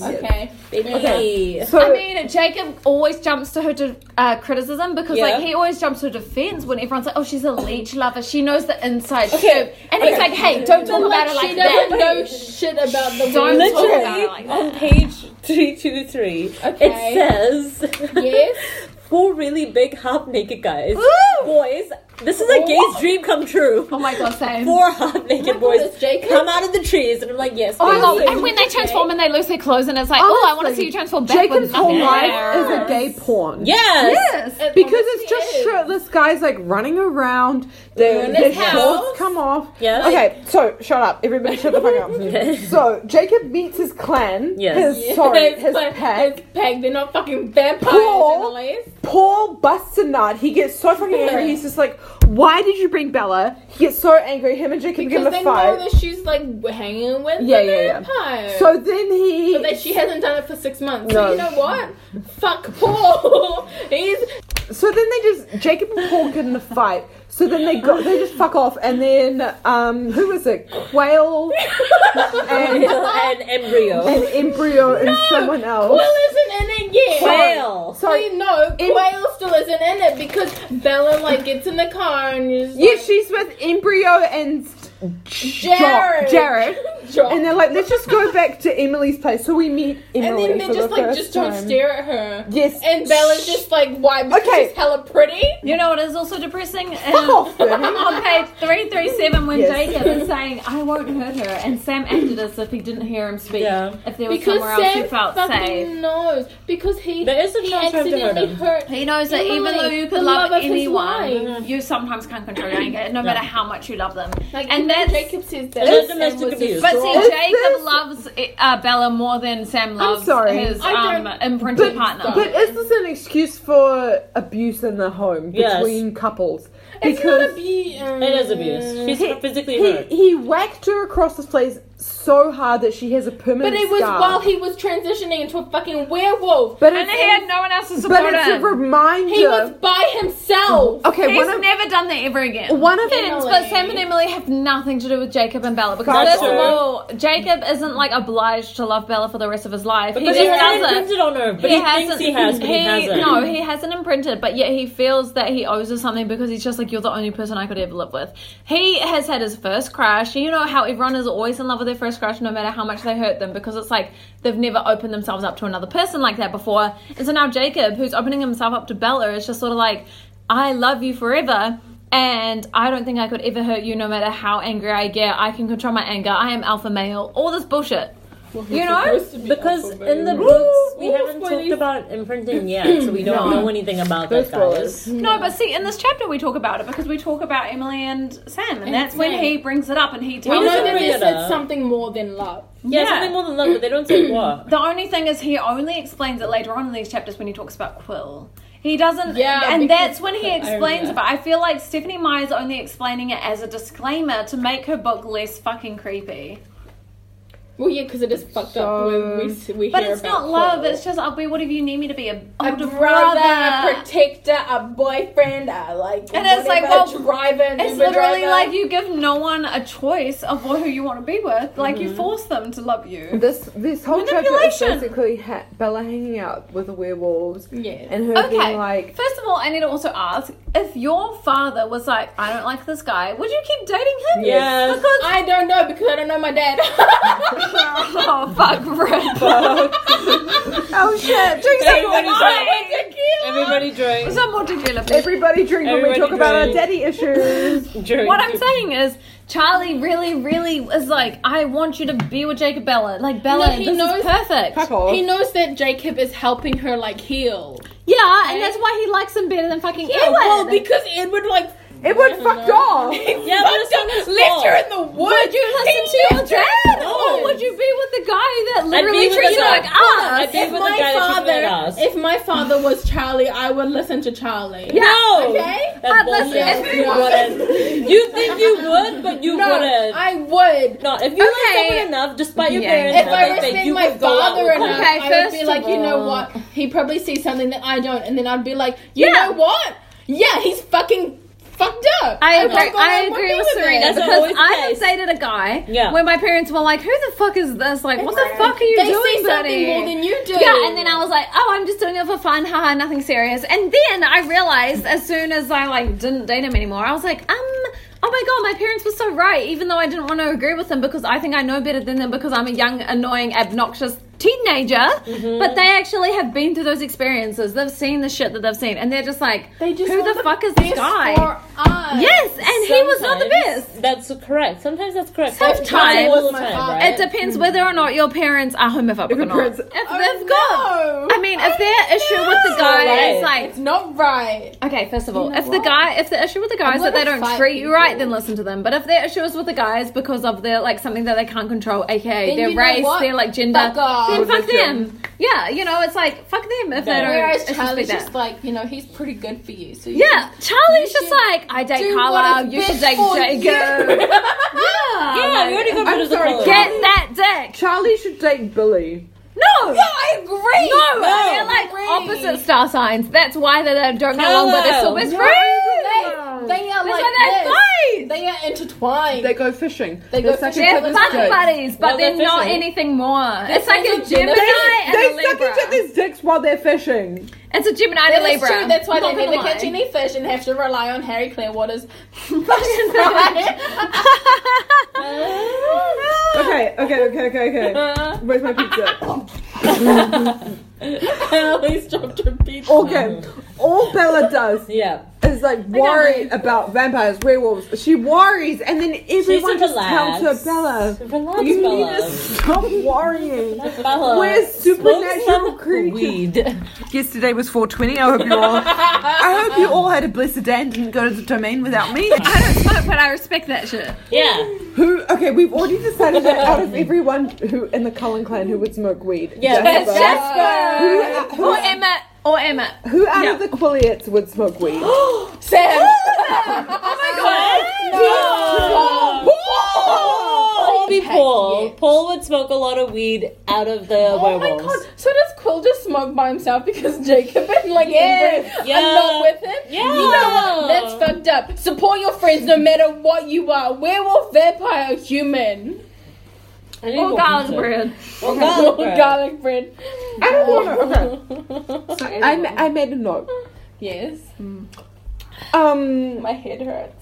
Speaker 3: Okay.
Speaker 4: Baby.
Speaker 1: So,
Speaker 2: I mean, Jacob always jumps to her de- uh, criticism because,
Speaker 4: Yeah.
Speaker 2: like, he always jumps to her defense when everyone's like, "Oh, she's a leech lover. She knows the inside scoop," and he's like, "Hey, don't talk
Speaker 3: But
Speaker 2: about
Speaker 3: like,
Speaker 2: it
Speaker 3: she
Speaker 2: like that."
Speaker 3: doesn't know shit about the
Speaker 2: Don't
Speaker 3: world.
Speaker 2: talk about
Speaker 4: Literally
Speaker 2: it like
Speaker 4: on page three two three,
Speaker 3: Okay.
Speaker 4: it says
Speaker 3: Yes.
Speaker 4: *laughs* four really big half naked guys, boys. This is a gay's dream come true.
Speaker 2: Oh my god, same.
Speaker 4: Four half naked boys
Speaker 3: it's Jacob.
Speaker 4: come out of the trees, and I'm like, yes.
Speaker 2: Oh my
Speaker 4: please.
Speaker 2: god! And when they transform and they lose their clothes, and it's like, oh, I want to
Speaker 1: Honestly,
Speaker 2: see you transform back.
Speaker 1: Jacob's
Speaker 2: with
Speaker 1: whole
Speaker 2: nothing
Speaker 1: life
Speaker 2: there.
Speaker 1: is a gay porn.
Speaker 4: Yes.
Speaker 3: It
Speaker 1: Because it's
Speaker 3: honestly
Speaker 1: just
Speaker 3: is.
Speaker 1: shirtless guys like running around. Their,
Speaker 3: In
Speaker 1: their
Speaker 3: his house.
Speaker 1: shorts come off.
Speaker 4: Yeah.
Speaker 1: Okay, so shut up. Everybody shut the fuck
Speaker 4: *laughs*
Speaker 3: *laughs*
Speaker 1: up. *laughs* So Jacob meets his clan.
Speaker 4: Yes.
Speaker 1: His, sorry,
Speaker 3: *laughs* It's
Speaker 1: his
Speaker 3: like-
Speaker 1: pack.
Speaker 3: It's pack. They're not fucking vampires
Speaker 1: Paul.
Speaker 3: in the least.
Speaker 1: Paul busts a nut. He gets so fucking angry. He's just like, why did you bring Bella? He gets so angry. Him and Jacob get in
Speaker 3: Because
Speaker 1: a
Speaker 3: they know
Speaker 1: fight.
Speaker 3: that she's like hanging with
Speaker 1: Yeah,
Speaker 3: the
Speaker 1: yeah, yeah.
Speaker 3: vampire.
Speaker 1: So then he.
Speaker 3: But that she hasn't done it for six months.
Speaker 1: No.
Speaker 3: So you know what? Fuck Paul. *laughs* He's
Speaker 1: So then they just Jacob and Paul get in a fight. So then they go, they just fuck off, and then um, who was it? Quail
Speaker 3: *laughs*
Speaker 1: and
Speaker 4: An embryo.
Speaker 1: an embryo and someone else.
Speaker 3: Quill isn't in it yet.
Speaker 4: Quail.
Speaker 1: Sorry.
Speaker 3: Wait, no,
Speaker 1: Em-
Speaker 3: Quail still isn't in it because Bella like gets in the car and is
Speaker 1: Yeah,
Speaker 3: like,
Speaker 1: she's with embryo and Jo-
Speaker 3: Jared.
Speaker 1: Jared.
Speaker 3: *laughs* Drop.
Speaker 1: And they're like, let's just go back to Emily's place. So we meet
Speaker 3: And
Speaker 1: Emily
Speaker 3: then
Speaker 1: for the
Speaker 3: they're just like,
Speaker 1: first
Speaker 3: just
Speaker 1: time.
Speaker 3: don't stare at her.
Speaker 1: Yes.
Speaker 3: And Bella's just like, why? Because
Speaker 1: Okay.
Speaker 3: she's hella pretty.
Speaker 2: You know what is also depressing?
Speaker 1: Fuck off, Bernie.
Speaker 2: on page 337 when
Speaker 1: Yes.
Speaker 2: Jacob is saying, I won't hurt her, and Sam acted as if he didn't hear him speak.
Speaker 4: Yeah.
Speaker 2: If there was
Speaker 3: Because
Speaker 2: somewhere else he
Speaker 3: Sam
Speaker 2: felt
Speaker 3: fucking
Speaker 2: safe.
Speaker 3: knows. Because he
Speaker 4: There is a
Speaker 3: he
Speaker 4: chance for him to hurt
Speaker 3: accidentally
Speaker 4: him.
Speaker 3: hurt.
Speaker 2: He knows that
Speaker 3: Emily,
Speaker 2: even though you
Speaker 3: the
Speaker 2: could love,
Speaker 3: love of his
Speaker 2: anyone,
Speaker 1: Mm-hmm.
Speaker 3: life.
Speaker 2: you sometimes can't control your anger, no matter how much you love them.
Speaker 3: Like,
Speaker 2: and
Speaker 3: even
Speaker 2: that's.
Speaker 3: Jacob says that.
Speaker 4: Is it
Speaker 3: Sam
Speaker 4: domestic
Speaker 3: was
Speaker 4: abuse?
Speaker 3: a-
Speaker 2: but see,
Speaker 1: Is
Speaker 2: Jacob
Speaker 1: this-
Speaker 2: loves uh, Bella more than Sam loves
Speaker 1: sorry.
Speaker 2: his
Speaker 3: I
Speaker 2: um,
Speaker 3: don't-
Speaker 2: imprinted
Speaker 1: but-
Speaker 2: partner.
Speaker 1: But is this an excuse for abuse in the home
Speaker 4: Yes.
Speaker 1: between couples?
Speaker 3: It's not um, abuse.
Speaker 4: It is abuse. She's
Speaker 1: He-
Speaker 4: physically
Speaker 1: He,
Speaker 4: hurt.
Speaker 1: he whacked her across the face so hard that she has a permanent
Speaker 3: But it was
Speaker 1: scar.
Speaker 3: while he was transitioning into a fucking werewolf.
Speaker 1: but
Speaker 2: and
Speaker 1: it's,
Speaker 2: he had no one else to support
Speaker 1: but it's a
Speaker 2: him.
Speaker 1: reminder.
Speaker 3: He was by himself.
Speaker 1: okay,
Speaker 2: He's
Speaker 1: one of
Speaker 2: never done that ever again.
Speaker 1: one of
Speaker 3: Yeah.
Speaker 2: Friends, but Sam and Emily have nothing to do with Jacob and Bella because
Speaker 4: That's
Speaker 2: first of
Speaker 4: true.
Speaker 2: all, Jacob isn't like obliged to love Bella for the rest of his life.
Speaker 4: Because
Speaker 2: he
Speaker 4: he
Speaker 2: just
Speaker 4: hasn't
Speaker 2: doesn't.
Speaker 4: imprinted on her, but he, thinks he has, but he, hasn't.
Speaker 2: no, he hasn't imprinted, but yet he feels that he owes her something because he's just like you're the only person I could ever live with. He has had his first crush. You know how everyone is always in love with their first crush, no matter how much they hurt them, because it's like they've never opened themselves up to another person like that before. And so now Jacob, who's opening himself up to Bella, is just sort of like, I love you forever. And I don't think I could ever hurt you no matter how angry I get. I can control my anger. I am alpha male. All this bullshit.
Speaker 7: Well,
Speaker 2: You know,
Speaker 4: Because in the books, we haven't talked about imprinting yet, so we don't know anything about that, guys.
Speaker 2: No, but see, in this chapter we talk about it because we talk about Emily and Sam, and,
Speaker 3: And
Speaker 2: that's when
Speaker 3: Sam.
Speaker 2: he brings it up and he
Speaker 3: We
Speaker 2: tells
Speaker 3: know
Speaker 2: her.
Speaker 3: that
Speaker 4: bring
Speaker 3: they
Speaker 4: it
Speaker 3: said
Speaker 4: up.
Speaker 3: something more than love.
Speaker 4: Yeah,
Speaker 2: Yeah.
Speaker 4: something more than love, but they don't say what.
Speaker 2: The only thing is, he only explains it later on in these chapters when he talks about Quill. He doesn't,
Speaker 3: Yeah,
Speaker 2: and
Speaker 3: because-
Speaker 2: that's when he
Speaker 3: I remember
Speaker 2: explains
Speaker 3: that.
Speaker 2: it. But I feel like Stephanie Meyer's only explaining it as a disclaimer to make her book less fucking creepy.
Speaker 3: Well, yeah, because it is fucked up when we, s- we
Speaker 2: But
Speaker 3: hear
Speaker 2: it's
Speaker 3: about
Speaker 2: not love.
Speaker 3: Coral.
Speaker 2: It's just oh, I'll be whatever you need me to be. A
Speaker 3: a
Speaker 2: older
Speaker 3: brother,
Speaker 2: brother.
Speaker 3: a protector, a boyfriend, a like.
Speaker 2: And it's like,
Speaker 3: whatever,
Speaker 2: well,
Speaker 3: driver, an
Speaker 2: It's
Speaker 3: Uber
Speaker 2: literally
Speaker 3: driver.
Speaker 2: like you give no one a choice of who you want to be with. Like
Speaker 3: Mm-hmm.
Speaker 2: you force them to love you.
Speaker 1: This this whole chapter is
Speaker 2: Manipulation.
Speaker 1: basically ha- Bella hanging out with the werewolves
Speaker 3: Yeah.
Speaker 1: and her
Speaker 2: Okay.
Speaker 1: being
Speaker 2: *laughs*
Speaker 1: like,
Speaker 2: First of all, I need to also ask if your father was like, I don't like this guy, would you keep dating him?
Speaker 4: Yes.
Speaker 2: Because
Speaker 3: I don't know because I don't know my dad.
Speaker 2: *laughs*
Speaker 3: *laughs*
Speaker 2: oh fuck, rip.
Speaker 1: oh shit, *laughs* drink some more.
Speaker 4: Everybody drink. Everybody drink.
Speaker 2: Some more tequila, please.
Speaker 1: Everybody drink when we
Speaker 4: Everybody
Speaker 1: talk about our
Speaker 4: drink.
Speaker 1: daddy issues.
Speaker 4: drink.
Speaker 2: What I'm saying is, Charlie really, really is like, I want you to be with Jacob Bella. Like Bella,
Speaker 3: No, he
Speaker 2: this
Speaker 3: knows-
Speaker 2: is perfect.
Speaker 1: Fuck off.
Speaker 3: he knows that Jacob is helping her like heal.
Speaker 2: Yeah, and that's why he likes him better than fucking
Speaker 3: Yeah,
Speaker 2: Edward.
Speaker 3: well, because Edward like
Speaker 1: Edward fucked off.
Speaker 4: Yeah, but it's not his
Speaker 3: left
Speaker 4: fault.
Speaker 3: her in the woods.
Speaker 2: would you listen to your dad? Oh, Or would you be with the guy that literally
Speaker 4: with
Speaker 2: treats
Speaker 4: the
Speaker 2: you
Speaker 4: guy.
Speaker 2: like us?
Speaker 4: I'd be
Speaker 3: If
Speaker 4: with the guy that treated like
Speaker 3: my
Speaker 4: us.
Speaker 3: father, if my father was Charlie, I would listen to Charlie.
Speaker 4: No.
Speaker 3: Okay?
Speaker 4: That's
Speaker 2: But listen,
Speaker 4: bullshit.
Speaker 2: if-
Speaker 4: you wouldn't. You think you would, but you
Speaker 3: No,
Speaker 4: wouldn't.
Speaker 3: I would.
Speaker 4: no, if you
Speaker 2: Okay.
Speaker 4: like someone enough, despite your
Speaker 2: Yeah.
Speaker 4: parents,
Speaker 3: If I
Speaker 4: they think
Speaker 3: respect
Speaker 4: you
Speaker 3: my
Speaker 4: could go out
Speaker 3: father
Speaker 4: with
Speaker 3: enough,
Speaker 4: them.
Speaker 2: Okay,
Speaker 3: I would
Speaker 2: first
Speaker 3: be
Speaker 2: of
Speaker 3: like, you know
Speaker 2: all-
Speaker 3: what? He probably sees something that I don't, and then I'd be like, you
Speaker 2: Yeah.
Speaker 3: know what? Yeah, he's fucking fucked up.
Speaker 2: I agree.
Speaker 3: can't go
Speaker 2: I
Speaker 3: out one
Speaker 2: agree
Speaker 3: day
Speaker 2: with Serena
Speaker 3: him.
Speaker 4: That's
Speaker 2: because
Speaker 4: always the
Speaker 2: I have
Speaker 4: case.
Speaker 2: dated a guy
Speaker 4: Yeah.
Speaker 2: where my parents were like, "Who the fuck is this? Like, what the fuck are you
Speaker 3: They see
Speaker 2: doing,
Speaker 3: something
Speaker 2: buddy?"
Speaker 3: more than you do.
Speaker 2: yeah, and then I was like, "Oh, I'm just doing it for fun, haha, nothing serious." And then I realized as soon as I like didn't date him anymore, I was like, "Um, oh my god, my parents were so right." Even though I didn't want to agree with them because I think I know better than them because I'm a young, annoying, obnoxious teenager.
Speaker 4: Mm-hmm.
Speaker 2: But they actually have been through those experiences. They've seen the shit that they've seen, and they're just like,
Speaker 3: They just
Speaker 2: "Who
Speaker 3: want
Speaker 2: the,
Speaker 3: the
Speaker 2: fuck is this
Speaker 3: best
Speaker 2: guy?"
Speaker 3: for us.
Speaker 2: Yes, and he was not the
Speaker 4: Sometimes
Speaker 2: best.
Speaker 4: That's correct. Sometimes that's correct.
Speaker 2: Sometimes.
Speaker 4: Not all the
Speaker 3: My
Speaker 4: time,
Speaker 3: father-
Speaker 2: *laughs*
Speaker 4: right?
Speaker 2: It depends whether or not your parents are homophobic or not. If
Speaker 1: parents-
Speaker 2: they've
Speaker 3: Oh,
Speaker 2: got, I mean, if their issue with the guy is like,
Speaker 3: It's not right.
Speaker 2: okay, first of all, if the guy, if the issue with the guy is that they
Speaker 3: gonna
Speaker 2: don't
Speaker 3: fight
Speaker 2: treat you
Speaker 3: people.
Speaker 2: right, then listen to them. But if their issue is with the guy is because of their like something that they can't control, aka
Speaker 3: Then
Speaker 2: their
Speaker 3: you know
Speaker 2: race,
Speaker 3: what?
Speaker 2: their like gender,
Speaker 3: Fuck off.
Speaker 2: then fuck
Speaker 1: Religion.
Speaker 2: them. Yeah, you know, it's like fuck them if they
Speaker 4: Yeah.
Speaker 2: don't.
Speaker 3: Whereas
Speaker 2: it's just
Speaker 3: Charlie's
Speaker 2: like that.
Speaker 3: just like, you know, he's pretty good for you. So you
Speaker 2: yeah, Charlie's
Speaker 3: You
Speaker 2: just
Speaker 3: should
Speaker 2: like I date
Speaker 3: do what
Speaker 2: Carla,
Speaker 3: is
Speaker 2: you should
Speaker 3: best
Speaker 2: date
Speaker 3: for
Speaker 2: Jacob.
Speaker 3: you.
Speaker 2: yeah,
Speaker 4: Yeah, we already got
Speaker 1: I'm
Speaker 4: rid of the
Speaker 1: sorry,
Speaker 4: color. *laughs*
Speaker 2: get that dick.
Speaker 1: Charlie should date Billy.
Speaker 2: No.
Speaker 3: I agree.
Speaker 2: No, they're like
Speaker 3: agree.
Speaker 2: opposite star signs. That's why they don't get along, but they're still best
Speaker 4: No.
Speaker 2: friends.
Speaker 3: They, they
Speaker 2: That's
Speaker 3: are like
Speaker 2: why
Speaker 3: this.
Speaker 2: they're fights.
Speaker 3: They are intertwined.
Speaker 1: They go fishing.
Speaker 3: They go
Speaker 1: They're such a
Speaker 3: fishing.
Speaker 1: good
Speaker 2: They're
Speaker 3: That's
Speaker 2: fun
Speaker 1: date.
Speaker 2: buddies, but
Speaker 4: Well,
Speaker 2: they're
Speaker 4: they're
Speaker 2: not
Speaker 4: fishing.
Speaker 2: anything more. It's like
Speaker 3: friends
Speaker 2: a
Speaker 3: with Gemini.
Speaker 2: Gemini and
Speaker 1: They
Speaker 2: a
Speaker 1: suck
Speaker 2: Libra.
Speaker 1: each other's dicks while they're fishing.
Speaker 2: It's a Gemini and a
Speaker 3: That's
Speaker 2: Libra.
Speaker 3: true. That's why
Speaker 2: Not
Speaker 3: they never
Speaker 2: gonna
Speaker 3: catch
Speaker 2: lie.
Speaker 3: any fish and have to rely on Harry Clearwater's *laughs*
Speaker 2: *laughs*
Speaker 3: fucking fry.
Speaker 1: Okay, okay, okay, okay, okay. Where's my pizza?
Speaker 4: I always dropped her beat.
Speaker 1: Okay. All Bella does
Speaker 4: Yeah.
Speaker 1: is like worry about vampires, werewolves. She worries, and then everyone just tells
Speaker 4: relax.
Speaker 1: her, Bella,
Speaker 4: Relax,
Speaker 1: you
Speaker 4: Bella.
Speaker 1: need to stop worrying.
Speaker 4: *laughs* Bella.
Speaker 1: We're supernatural
Speaker 4: smoke some
Speaker 1: creatures.
Speaker 4: Weed.
Speaker 1: Yesterday was 420. I hope you all. I hope you all had a blessed day and didn't go to the domain without me.
Speaker 2: I don't smoke, but I respect that
Speaker 3: *laughs*
Speaker 2: shit.
Speaker 4: Yeah.
Speaker 1: *laughs* Who? Okay, we've already decided that out of everyone who in the Cullen clan who would smoke weed,
Speaker 4: Yeah,
Speaker 1: Jasper.
Speaker 4: that's
Speaker 1: Who,
Speaker 4: Jasper.
Speaker 2: Or
Speaker 1: who,
Speaker 2: Emma. Or Emma.
Speaker 1: who out of the Quilliots would smoke weed? *gasps*
Speaker 4: *gasps*
Speaker 3: Sam.
Speaker 4: No. Paul. Be Paul. Paul would smoke a lot of weed out of the
Speaker 3: Oh my
Speaker 4: werewolves.
Speaker 3: god. So does Quill just smoke by himself because Jacob and like Amber
Speaker 4: Yeah.
Speaker 3: are not with him?
Speaker 4: Yeah.
Speaker 3: You know what? That's fucked up. Support your friends no matter what you are. Werewolf, vampire, human.
Speaker 4: I think
Speaker 2: Or
Speaker 4: we'll
Speaker 2: Garland's
Speaker 4: eat it.
Speaker 2: weird.
Speaker 4: Or garlic
Speaker 3: Or
Speaker 4: bread. *laughs*
Speaker 3: *laughs* garlic bread.
Speaker 1: I don't want to. Okay, I, ma- I made a note.
Speaker 3: Yes.
Speaker 1: Um,
Speaker 3: My head hurts.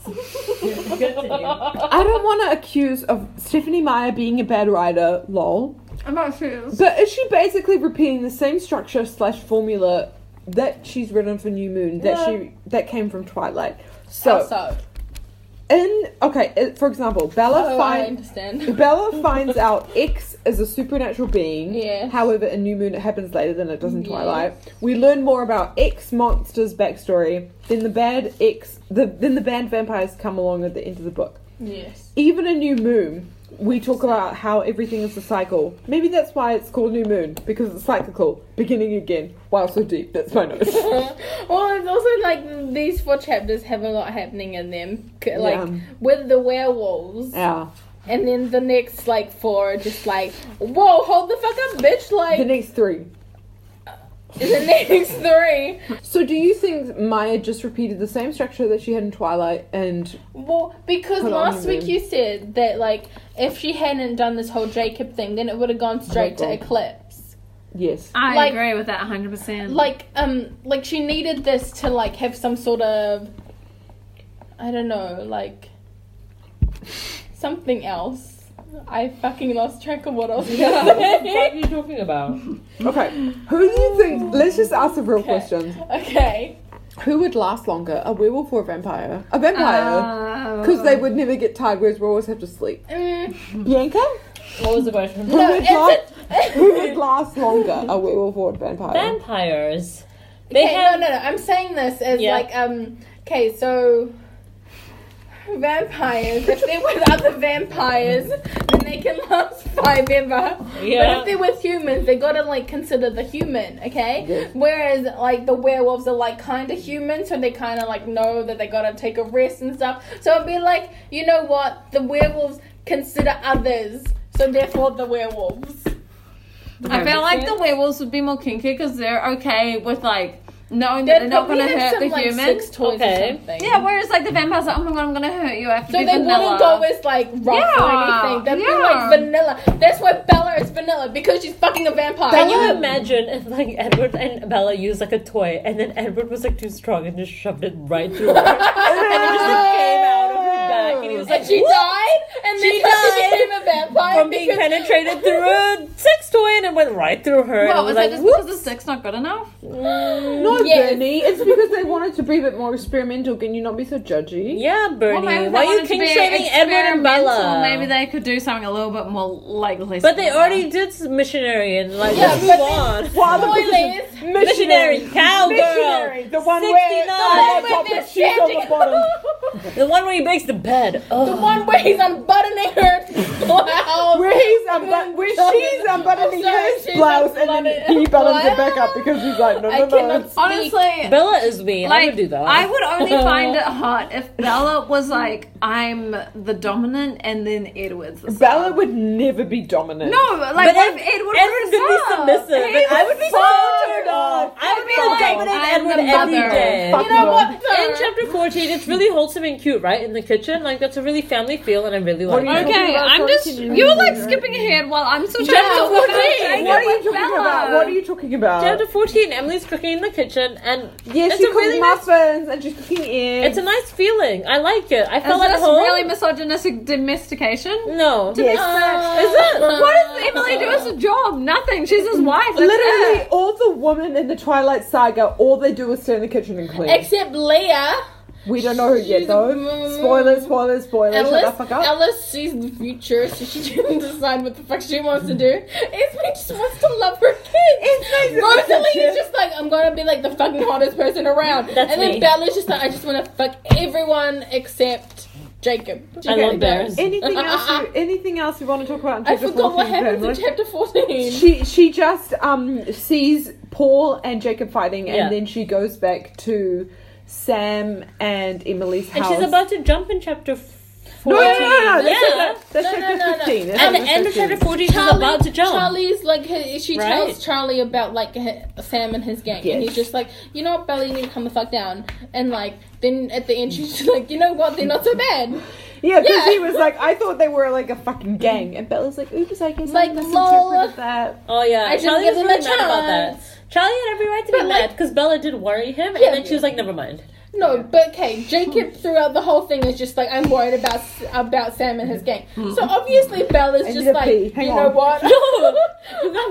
Speaker 1: I don't want to accuse of Stephanie Meyer being a bad writer. Lol.
Speaker 2: I'm not sure.
Speaker 1: But is she basically repeating the same structure slash formula
Speaker 3: Oh,
Speaker 1: that she's written for New Moon that she that came from Twilight? So
Speaker 3: So
Speaker 1: in okay, uh, for example, Bella
Speaker 3: Oh, I
Speaker 1: finds
Speaker 3: *laughs* understand.
Speaker 1: Bella finds out X is a supernatural being.
Speaker 3: Yes.
Speaker 1: However, in New Moon, it happens later than it does in Twilight. We learn more about X monster's backstory. Then the bad X, the then the bad vampires come along at the end of the book.
Speaker 3: Yes.
Speaker 1: Even in New Moon, we talk about how everything is a cycle. Maybe that's why it's called New Moon because it's cyclical, beginning again. Wow, so deep. That's my note.
Speaker 3: *laughs* *laughs* well, it's also like these four chapters have a lot happening in them, c- like
Speaker 1: Yeah.
Speaker 3: with the werewolves,
Speaker 1: yeah.
Speaker 3: and then the next like four are just like, whoa, hold the fuck up, bitch!
Speaker 1: The
Speaker 3: Like
Speaker 1: next three.
Speaker 3: *laughs*
Speaker 1: *laughs*
Speaker 3: the next three.
Speaker 1: So, do you think Maya just repeated the same structure that she had in Twilight and
Speaker 3: Well, because
Speaker 1: Put it on
Speaker 3: last
Speaker 1: your
Speaker 3: week
Speaker 1: room.
Speaker 3: you said that like if she hadn't done this whole Jacob thing, then it would have gone straight to
Speaker 1: Oh God.
Speaker 3: Eclipse.
Speaker 1: yes?
Speaker 2: I
Speaker 3: Like-
Speaker 2: agree with that 100%.
Speaker 3: Like um, like she needed this to like have some sort of, I don't know, like something else. I fucking lost track of what I was gonna say. *laughs*
Speaker 4: are you talking about?
Speaker 1: Okay, who do you think? Let's just ask the real questions.
Speaker 3: Okay.
Speaker 1: Who would last longer, a werewolf or a vampire? A
Speaker 3: Uh,
Speaker 1: vampire,
Speaker 2: Uh,
Speaker 1: because they would never get tired, whereas werewolves have to sleep.
Speaker 3: Mm, *laughs*
Speaker 1: Yanka,
Speaker 4: What was the question?
Speaker 1: who
Speaker 3: no,
Speaker 1: would,
Speaker 3: it's a,
Speaker 1: last, who would last longer, a werewolf or a vampire?
Speaker 4: Vampires. They
Speaker 3: Okay,
Speaker 4: have.
Speaker 3: no, no, no. I'm saying this as
Speaker 4: Yeah.
Speaker 3: like, um, okay, so vampires, if they're with other vampires, then they can last *laughs* forever. But
Speaker 4: Yeah.
Speaker 3: if they're with humans, they gotta like consider the human, okay?
Speaker 1: Yes.
Speaker 3: Whereas like the werewolves are like kind of human, so they kind of like know that they gotta take a rest and stuff. So it'd be like, you know what? The werewolves consider others, so therefore the werewolves.
Speaker 2: I feel like the werewolves would be more kinky because they're okay with like knowing that
Speaker 3: They'd
Speaker 2: they're not
Speaker 3: probably
Speaker 2: going to
Speaker 3: have
Speaker 2: hurt
Speaker 3: some,
Speaker 2: the
Speaker 3: like,
Speaker 2: human.
Speaker 3: sex toys
Speaker 4: Okay.
Speaker 3: or something.
Speaker 2: Yeah, whereas like the vampires are like, oh my god, I'm going to hurt you. I have to
Speaker 3: So
Speaker 2: be
Speaker 3: they
Speaker 2: vanilla.
Speaker 3: wouldn't go as like rough
Speaker 2: Yeah,
Speaker 3: or anything. They'd be
Speaker 2: yeah.
Speaker 3: like vanilla. That's why Bella is vanilla because she's fucking a vampire.
Speaker 4: Can you imagine if like Edward and Bella used like a toy, and then Edward was like too strong and just shoved it right through her, and it just like, came out of her back, and he was like,
Speaker 3: and she
Speaker 4: "Whoa!"
Speaker 3: died, and then *laughs*
Speaker 4: She
Speaker 3: she,
Speaker 4: died
Speaker 3: became a vampire
Speaker 4: from being
Speaker 3: because-
Speaker 4: penetrated through a sex toy, and it went right through her. and
Speaker 2: Well,
Speaker 4: it
Speaker 2: was
Speaker 4: was
Speaker 2: that
Speaker 4: like,
Speaker 2: just
Speaker 4: "Whoop."
Speaker 2: because the stick's not good enough?
Speaker 1: No,
Speaker 3: Yes.
Speaker 1: Bernie, it's because they wanted to be a bit more experimental. Can you not be so judgy?
Speaker 4: Yeah,
Speaker 3: Oh
Speaker 4: Bernie.
Speaker 2: maybe they
Speaker 4: Why are
Speaker 2: wanted
Speaker 4: you
Speaker 2: to
Speaker 4: king
Speaker 2: be
Speaker 4: shaming Edward and
Speaker 2: experimental.
Speaker 4: Bella?
Speaker 2: Maybe they could do something a little bit more like less.
Speaker 4: But they already did missionary and like
Speaker 3: Yeah,
Speaker 4: move
Speaker 3: but they-
Speaker 4: on.
Speaker 1: What other position?
Speaker 3: Spoilers.
Speaker 4: Missionary
Speaker 1: Missionary,
Speaker 4: cowgirl.
Speaker 1: the one where
Speaker 4: 69.
Speaker 1: the man top
Speaker 3: they're
Speaker 1: and she's on the
Speaker 3: standing-
Speaker 1: bottom.
Speaker 4: The one where he makes the bed. Oh.
Speaker 3: *laughs* The one where he's unbuttoning her *laughs*
Speaker 1: *laughs*
Speaker 3: blouse.
Speaker 1: Where he's unbutton, where she's unbuttoning
Speaker 3: Sorry,
Speaker 1: his
Speaker 3: she's
Speaker 1: blouse, and then
Speaker 3: unbuttoning-
Speaker 1: he buttons it back up because he's like, no,
Speaker 3: I
Speaker 1: no,
Speaker 3: cannot
Speaker 1: no.
Speaker 3: speak.
Speaker 2: honestly.
Speaker 4: Bella is me. I would do that.
Speaker 2: I
Speaker 4: *laughs*
Speaker 2: would only find it hot if Bella was like, I'm the dominant, and then Edward's the
Speaker 1: Bella would never be dominant.
Speaker 2: No, like
Speaker 4: But
Speaker 2: what
Speaker 4: Ed-
Speaker 2: if Edward,
Speaker 4: Edward would be submissive,
Speaker 2: He
Speaker 4: and I would be so
Speaker 2: fucked
Speaker 4: turned
Speaker 2: her.
Speaker 4: off. I would be
Speaker 2: I'd
Speaker 4: like,
Speaker 2: be like,
Speaker 4: dominant
Speaker 2: I'm
Speaker 4: Edward
Speaker 2: the
Speaker 4: every
Speaker 2: mother.
Speaker 4: day.
Speaker 1: Fuck
Speaker 3: You know
Speaker 1: no.
Speaker 3: what?
Speaker 4: In chapter 14, it's really wholesome and cute, right? In the kitchen. Like, that's a really family feel, and I really
Speaker 1: What
Speaker 4: like it.
Speaker 1: are you
Speaker 2: Okay,
Speaker 1: talking about
Speaker 2: I'm just
Speaker 1: continuing
Speaker 2: *laughs* you're like
Speaker 1: later?
Speaker 2: skipping ahead while I'm still trying
Speaker 4: Chapter
Speaker 2: to talk about
Speaker 4: 14!
Speaker 2: Jacob
Speaker 1: What are you
Speaker 2: with
Speaker 1: talking
Speaker 2: Bella.
Speaker 1: about? What are you talking about?
Speaker 4: Chapter 14, Emily's cooking in the kitchen, and
Speaker 1: yeah,
Speaker 4: it's
Speaker 1: she
Speaker 4: a
Speaker 1: cooking
Speaker 4: really nice-
Speaker 1: muffins and she's cooking eggs.
Speaker 4: it's a nice feeling. I like it. I
Speaker 2: Is
Speaker 4: felt at
Speaker 2: this
Speaker 4: home.
Speaker 2: really misogynistic domestication?
Speaker 4: no.
Speaker 1: Yes.
Speaker 4: Is it?
Speaker 2: What does Emily do as a job? Nothing. She's his wife. That's
Speaker 1: Literally,
Speaker 2: it.
Speaker 1: all the women in the Twilight Saga, all they do is stay in the kitchen and clean.
Speaker 3: Except Leia.
Speaker 1: we don't know her yet,
Speaker 3: she's
Speaker 1: though.
Speaker 3: a-
Speaker 1: Spoilers, spoilers, spoilers. Shut the
Speaker 3: Alice,
Speaker 1: fuck up.
Speaker 3: Alice, she's the future, so she *laughs* didn't decide what the fuck she wants to do. Esme just wants to love her kids. Rosalie is just like, I'm gonna be like the fucking hottest person around.
Speaker 4: That's
Speaker 3: and then
Speaker 4: me.
Speaker 3: Bella's just like, I just wanna fuck everyone except Jacob.
Speaker 4: I love bears.
Speaker 1: Anything else?
Speaker 3: *laughs*
Speaker 1: You, anything else you want to talk about? In
Speaker 3: I
Speaker 1: chapter
Speaker 3: forgot what
Speaker 1: 14,
Speaker 3: happens in
Speaker 1: Pamela?
Speaker 3: chapter 14.
Speaker 1: she she just um sees Paul and Jacob fighting, and
Speaker 4: Yeah.
Speaker 1: then she goes back to Sam and Emily's
Speaker 4: And
Speaker 1: house.
Speaker 4: she's about to jump in chapter 14.
Speaker 1: no, no, no, no, no, that's,
Speaker 4: Yeah.
Speaker 1: that's, that's
Speaker 3: No,
Speaker 1: chapter
Speaker 3: no, no, no.
Speaker 1: fifteen. That's
Speaker 4: At the end of
Speaker 1: 15.
Speaker 4: chapter 14, she's about to jump.
Speaker 3: Charlie's like he- she
Speaker 4: Right.
Speaker 3: tells Charlie about like hi- Sam and his gang, and
Speaker 1: Yes.
Speaker 3: he's just like, you know what, Bella, you need to come the fuck down. And like then at the end, she's *laughs* like, you know what, they're not so bad.
Speaker 1: Yeah, because
Speaker 3: Yeah.
Speaker 1: he was like, I thought they were like a fucking gang, and Bella's like, oops, I guess
Speaker 3: Like,
Speaker 1: I
Speaker 3: lol.
Speaker 1: misinterpreted that.
Speaker 4: Oh yeah,
Speaker 3: I didn't
Speaker 4: Charlie
Speaker 3: give
Speaker 4: was
Speaker 3: him
Speaker 4: really
Speaker 3: a
Speaker 4: mad about that. Charlie had every right to be
Speaker 3: But, like-
Speaker 4: mad because Bella did worry him,
Speaker 3: Yeah. *laughs*
Speaker 4: and then she was like, "Never mind." *laughs*
Speaker 3: No, but okay.
Speaker 4: Hmm.
Speaker 3: Jacob throughout the whole thing is just like I'm worried about about Sam and
Speaker 4: Hmm.
Speaker 3: his gang. So obviously Bella's
Speaker 1: I
Speaker 3: just
Speaker 1: need a
Speaker 3: like
Speaker 1: pee. Hang
Speaker 3: you
Speaker 1: on.
Speaker 3: know
Speaker 4: *laughs*
Speaker 3: what?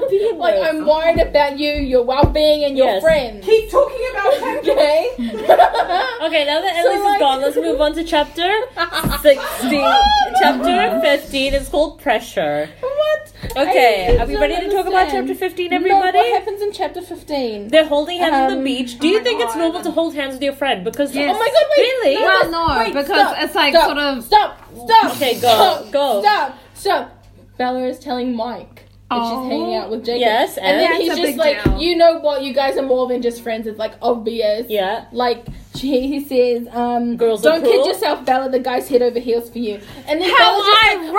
Speaker 4: being
Speaker 3: *laughs* like
Speaker 4: there.
Speaker 3: I'm worried about you, your well being, and your
Speaker 4: Yes.
Speaker 3: friends.
Speaker 1: Keep talking about him.
Speaker 4: *laughs*
Speaker 3: Okay.
Speaker 4: Okay, now that
Speaker 3: So,
Speaker 4: Elise
Speaker 3: like-
Speaker 4: is gone, let's move on to chapter
Speaker 3: *laughs*
Speaker 4: 16. chapter 15 is called Pressure.
Speaker 3: what?
Speaker 4: Okay,
Speaker 3: I
Speaker 4: are we
Speaker 3: don't
Speaker 4: ready to talk about
Speaker 3: understand.
Speaker 4: chapter 15,
Speaker 3: No, what
Speaker 4: everybody?
Speaker 3: happens in chapter fifteen?
Speaker 4: They're holding hands on the
Speaker 3: Um,
Speaker 4: beach. Do you think it's normal to hold hands with your friend? Because
Speaker 2: Yes.
Speaker 3: Oh my god! Wait,
Speaker 4: Really?
Speaker 3: no,
Speaker 2: Well,
Speaker 3: this-
Speaker 2: no,
Speaker 3: wait,
Speaker 2: because
Speaker 3: stop,
Speaker 2: it's like
Speaker 3: stop,
Speaker 2: sort of.
Speaker 3: Stop! Stop!
Speaker 4: Okay, go,
Speaker 3: stop,
Speaker 4: go.
Speaker 3: Stop! Stop! Bella is telling Mike that she's hanging out with Jacob.
Speaker 4: Yes,
Speaker 3: and,
Speaker 4: and-
Speaker 3: then he's
Speaker 2: That's a big
Speaker 3: just like,
Speaker 2: deal.
Speaker 3: you know what? You guys are more than just friends. It's like obvious.
Speaker 4: yeah.
Speaker 3: Like he, he says, um,
Speaker 4: Girls are
Speaker 3: don't kid
Speaker 4: cruel.
Speaker 3: yourself, Bella. The guy's head over heels for you. And then
Speaker 2: How
Speaker 3: Bella's just like,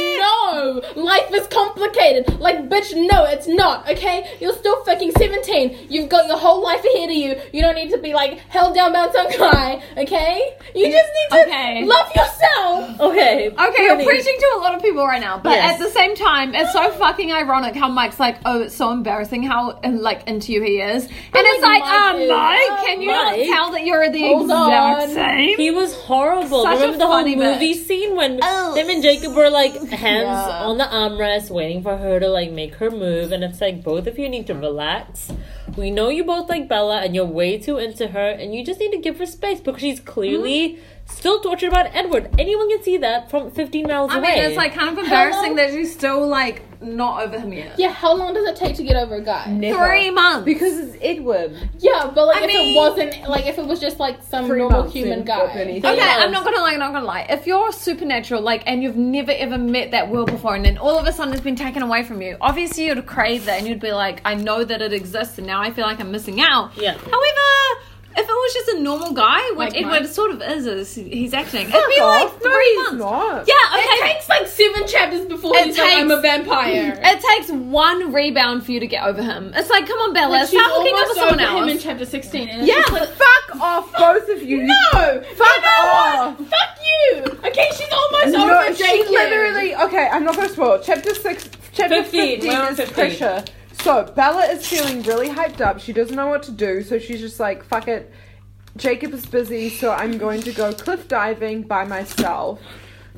Speaker 3: I know life is complicated. Like, bitch, no, it's not. Okay, you're still fucking seventeen. You've got your whole life ahead of you. You don't need to be like held down by some guy. Okay, you just need to
Speaker 2: Okay.
Speaker 3: love yourself.
Speaker 4: Okay.
Speaker 2: Okay, you're preaching to a lot of people right now, but
Speaker 4: Yes.
Speaker 2: at the same time, it's so fucking ironic how Mike's like, "Oh, it's so embarrassing how uh, like into you he is," and it's
Speaker 3: like,
Speaker 2: like,
Speaker 3: Mike
Speaker 2: "Um,
Speaker 3: is-
Speaker 2: Mike, can you
Speaker 4: Mike,
Speaker 2: not tell that you're the
Speaker 3: hold
Speaker 2: exact
Speaker 3: on.
Speaker 2: same?"
Speaker 4: He was horrible.
Speaker 2: Such a
Speaker 4: Remember the whole
Speaker 2: funny bit.
Speaker 4: movie scene when them and Jacob were like hands
Speaker 3: Yeah.
Speaker 4: on the armrest, waiting for her to like make her move, and it's like both of you need to relax. We know you both like Bella, and you're way too into her, and you just need to give her space because she's clearly still tortured about Edward. Anyone can see that from 15 miles
Speaker 2: I
Speaker 4: away.
Speaker 2: mean, it's like kind of
Speaker 3: long-
Speaker 2: embarrassing that she's still like not over him yet.
Speaker 3: Yeah, how long does it take to get over a guy? *laughs*
Speaker 2: Three months.
Speaker 1: Because it's Edward.
Speaker 3: Yeah, but like
Speaker 2: I
Speaker 3: if
Speaker 2: mean-
Speaker 3: it wasn't like if it was just like some
Speaker 1: Three
Speaker 3: normal
Speaker 1: months
Speaker 3: human
Speaker 1: in
Speaker 3: guy.
Speaker 1: Brittany.
Speaker 2: Okay,
Speaker 1: Yes.
Speaker 2: I'm not gonna lie, I'm not gonna lie. If you're supernatural, like, and you've never ever met that world before, and then all of a sudden it's been taken away from you, obviously you'd crave that and you'd be like, I know that it exists, and now I feel like I'm missing out.
Speaker 4: Yeah.
Speaker 2: However, if it was just a normal guy, which
Speaker 3: Like
Speaker 2: Edward
Speaker 3: mine.
Speaker 2: sort of is, is he's acting, it'd be like three months.
Speaker 1: Not.
Speaker 2: Yeah,
Speaker 3: It
Speaker 2: okay.
Speaker 3: takes like seven chapters before
Speaker 2: It
Speaker 3: he's like I'm
Speaker 2: takes-
Speaker 3: a vampire.
Speaker 2: *laughs*
Speaker 3: *laughs*
Speaker 2: It takes one rebound for you to get over him. It's like, come on, Bella,
Speaker 3: Like, she's
Speaker 2: start hooking up
Speaker 3: almost
Speaker 2: with someone
Speaker 3: over him in
Speaker 2: else.
Speaker 3: chapter sixteen. And it's
Speaker 2: Yeah,
Speaker 3: just like,
Speaker 1: Fuck off, both of you. you
Speaker 3: no,
Speaker 1: Fuck off.
Speaker 3: fuck you. Okay, she's almost
Speaker 1: No,
Speaker 3: over
Speaker 1: she
Speaker 3: Jacob.
Speaker 1: literally. Okay, I'm not going to spoil. Chapter six, chapter
Speaker 4: 15,
Speaker 1: 15,
Speaker 4: we're on
Speaker 1: is
Speaker 4: 15.
Speaker 1: pressure. So Bella is feeling really hyped up. She doesn't know what to do, so she's just like, "Fuck it." Jacob is busy, so I'm going to go cliff diving by myself.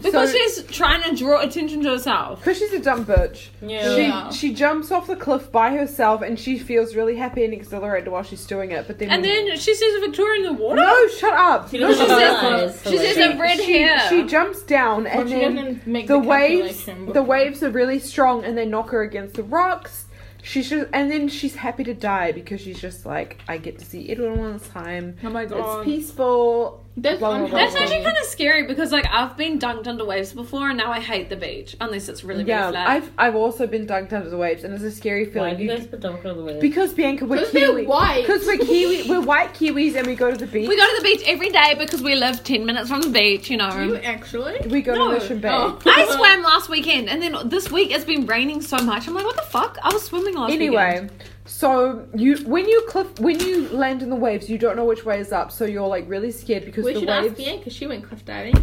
Speaker 2: Because
Speaker 1: So-
Speaker 2: she's trying to draw attention to herself.
Speaker 1: Because she's a dumb bitch.
Speaker 4: Yeah.
Speaker 1: She
Speaker 3: Yeah.
Speaker 1: she jumps off the cliff by herself and she feels really happy and exhilarated while she's doing it. But then
Speaker 2: And then she sees Victoria in the water.
Speaker 1: no, shut up. No,
Speaker 4: doesn't
Speaker 1: she
Speaker 2: says-
Speaker 4: realize.
Speaker 2: she says a red
Speaker 1: she,
Speaker 2: hair.
Speaker 1: she jumps down and then
Speaker 3: make
Speaker 1: the waves the waves are really strong and they knock her against the rocks. She's just, and then she's happy to die because she's just like, I get to see Edwin one time.
Speaker 2: oh my
Speaker 1: It's peaceful.
Speaker 3: That's
Speaker 1: Blah, blah, blah,
Speaker 2: That's
Speaker 1: blah.
Speaker 2: actually kind of scary because like I've been dunked under waves before and now I hate the beach unless it's really
Speaker 1: Yeah,
Speaker 2: really flat.
Speaker 1: I've I've also been dunked under the waves and it's a scary
Speaker 4: Why
Speaker 1: feeling.
Speaker 4: do
Speaker 1: You-
Speaker 4: you guys put Duncan on the *laughs* way?
Speaker 1: because Bianca, we're
Speaker 3: 'Cause they're
Speaker 1: Kiwi.
Speaker 3: white.
Speaker 1: Because we're Kiwi, we're white Kiwis, and we go to the beach.
Speaker 2: we go to the beach every day because we live ten minutes from the beach. You know.
Speaker 1: um,
Speaker 3: You actually?
Speaker 1: We go
Speaker 2: No.
Speaker 1: to Mission Bay.
Speaker 3: Oh.
Speaker 2: I swam last weekend and then this week it's been raining so much. I'm like, what the fuck? I was swimming last weekend.
Speaker 1: Anyway, so you when you cliff when you land in the waves, you don't know which way is up, so you're like really scared because
Speaker 3: We
Speaker 1: the
Speaker 3: should
Speaker 1: waves.
Speaker 3: ask Bianca. She went cliff diving.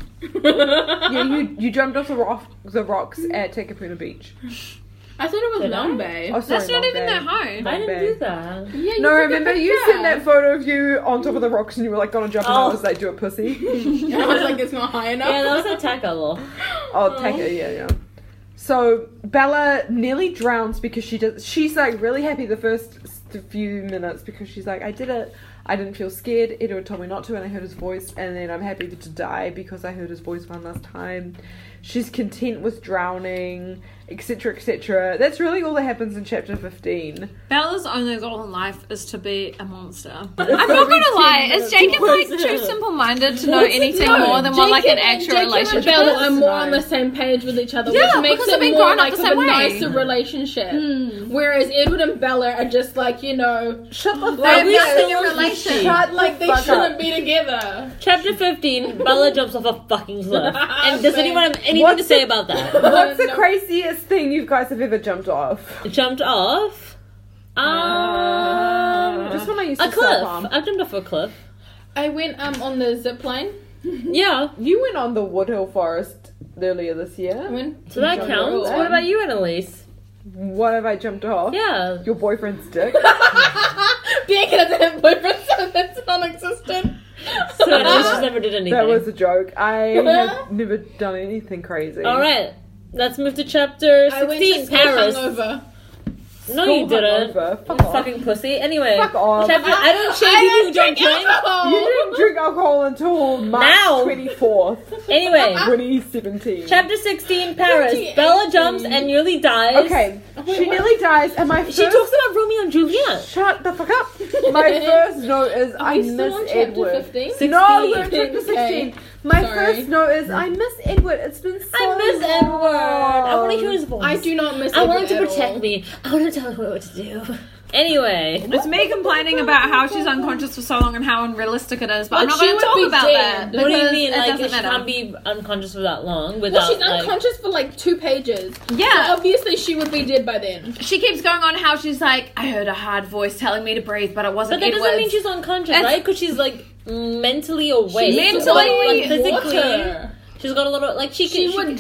Speaker 1: yeah, you you jumped off the rock the rocks at Takapuna Beach.
Speaker 3: I thought it was
Speaker 4: Did I?
Speaker 3: Long Bay.
Speaker 1: Oh, sorry,
Speaker 2: That's not
Speaker 1: Long
Speaker 2: even
Speaker 1: Bay.
Speaker 2: their home.
Speaker 4: I didn't
Speaker 1: Bay.
Speaker 4: do that.
Speaker 3: Yeah, you
Speaker 1: No,
Speaker 3: took a
Speaker 1: remember you
Speaker 3: picture.
Speaker 1: sent that photo of you on top of the rocks and you were like gonna jump and I
Speaker 4: Oh.
Speaker 1: was like, do a
Speaker 3: *laughs*
Speaker 1: pussy.
Speaker 3: And I was like, it's not
Speaker 1: *laughs*
Speaker 3: high enough.
Speaker 4: Yeah, that was a tackle.
Speaker 1: Oh, take it, yeah, yeah. So Bella nearly drowns because she does. She's like really happy the first s- few minutes because she's like, I did it. I didn't feel scared. Edward told me not to, and I heard his voice. And then I'm happy to die because I heard his voice one last time. She's content with drowning, etc., etc. That's really all that happens in chapter fifteen.
Speaker 2: Bella's only goal in life is to be a monster. *laughs* I'm not gonna lie, is Jacob like too simple minded to know anything
Speaker 3: No,
Speaker 2: more than what like an
Speaker 3: Jacob and-
Speaker 2: actual
Speaker 3: Jacob
Speaker 2: relationship
Speaker 3: And Bella
Speaker 2: is?
Speaker 3: are more on the same page with each other,
Speaker 2: Yeah,
Speaker 3: which makes
Speaker 2: because they've
Speaker 3: it
Speaker 2: been
Speaker 3: more
Speaker 2: growing up
Speaker 3: like
Speaker 2: the
Speaker 3: of a
Speaker 2: same way.
Speaker 3: nicer relationship. Whereas Edward and Bella are just like you know,
Speaker 1: Shut the
Speaker 2: They're
Speaker 1: fuck up.
Speaker 2: in a relation.
Speaker 3: shut like they
Speaker 1: fuck
Speaker 3: shouldn't
Speaker 1: up.
Speaker 3: be together.
Speaker 4: Chapter
Speaker 1: *laughs*
Speaker 4: 15, Bella jumps off a fucking cliff. And does
Speaker 3: Same.
Speaker 4: anyone have anything
Speaker 1: What's
Speaker 4: to say
Speaker 1: the-
Speaker 4: about
Speaker 1: *laughs*
Speaker 4: that?
Speaker 1: What's the
Speaker 3: No.
Speaker 1: craziest thing you guys have ever jumped off?
Speaker 4: Jumped off?
Speaker 1: Uh,
Speaker 4: Um,
Speaker 1: Just when I used
Speaker 4: a
Speaker 1: to
Speaker 4: cliff.
Speaker 1: surf on.
Speaker 4: I've jumped off a cliff.
Speaker 1: *laughs*
Speaker 3: I went um on the zip line.
Speaker 4: Yeah.
Speaker 1: You went on the Woodhill Forest earlier this
Speaker 3: I
Speaker 1: year.
Speaker 3: went.
Speaker 4: So that
Speaker 1: Jumped
Speaker 4: counts.
Speaker 1: off.
Speaker 4: What about you, Annalise?
Speaker 1: What have I jumped off?
Speaker 4: Yeah.
Speaker 1: *laughs* Your
Speaker 4: *laughs*
Speaker 1: boyfriend's dick.
Speaker 3: Bianca doesn't have boyfriend, so that's non-existent.
Speaker 4: but at least she never did anything.
Speaker 1: That was a joke.
Speaker 4: *laughs*
Speaker 1: I have never done anything crazy.
Speaker 4: All right, let's move to chapter
Speaker 3: *laughs* I went to
Speaker 4: sixteen.
Speaker 3: school
Speaker 4: Paris.
Speaker 3: hungover.
Speaker 4: No, you didn't.
Speaker 1: Hungover. Fuck
Speaker 4: You
Speaker 1: off.
Speaker 4: Fucking pussy. Anyway,
Speaker 1: Fuck off.
Speaker 4: chapter. I
Speaker 1: *laughs*
Speaker 4: don't share people who don't drink.
Speaker 1: You
Speaker 3: Oh.
Speaker 1: didn't drink alcohol until
Speaker 4: Now.
Speaker 1: March twenty fourth,
Speaker 4: Anyway,
Speaker 1: *laughs* twenty seventeen.
Speaker 4: chapter sixteen. Paris.
Speaker 3: 28.
Speaker 4: Bella jumps and nearly dies.
Speaker 1: Okay, she nearly dies, and my first
Speaker 4: She talks about Romeo and Juliet.
Speaker 1: Shut the fuck
Speaker 4: *laughs*
Speaker 1: up! My first note is I miss Edward.
Speaker 3: 15?
Speaker 1: No, we're on chapter 16.
Speaker 3: Okay.
Speaker 1: My
Speaker 3: Sorry.
Speaker 1: first note is I miss Edward. It's been so
Speaker 4: I miss
Speaker 1: long.
Speaker 4: Edward. I want to hear his voice.
Speaker 3: I do not miss
Speaker 4: I want him
Speaker 3: Edward
Speaker 4: to
Speaker 3: at
Speaker 4: protect
Speaker 3: all.
Speaker 4: me. I want to tell him what to do. Anyway,
Speaker 2: It's me complaining about how she's unconscious for so long and how unrealistic it is, but I'm
Speaker 8: But
Speaker 2: not
Speaker 8: she
Speaker 2: going
Speaker 8: would
Speaker 2: to talk
Speaker 8: be
Speaker 2: about
Speaker 8: dead.
Speaker 2: that.
Speaker 4: what do you
Speaker 2: because
Speaker 4: mean?
Speaker 2: It
Speaker 4: Like, she
Speaker 2: doesn't
Speaker 4: can't
Speaker 2: matter.
Speaker 4: be unconscious for that long
Speaker 3: Well,
Speaker 4: without
Speaker 3: she's
Speaker 4: like.
Speaker 3: unconscious for like two pages.
Speaker 2: Yeah.
Speaker 3: So obviously, she would be dead by then.
Speaker 2: She keeps going on how she's like, I heard a hard voice telling me to breathe, but it
Speaker 4: But
Speaker 2: wasn't
Speaker 4: that doesn't mean
Speaker 2: Edward's."
Speaker 4: she's unconscious,
Speaker 2: It's-
Speaker 4: right? Because she's like mentally awake.
Speaker 2: She's
Speaker 4: She's
Speaker 2: mentally
Speaker 4: like, physically.
Speaker 3: Water.
Speaker 4: She's got a lot of like she can.
Speaker 3: She,
Speaker 4: she
Speaker 3: would
Speaker 4: can-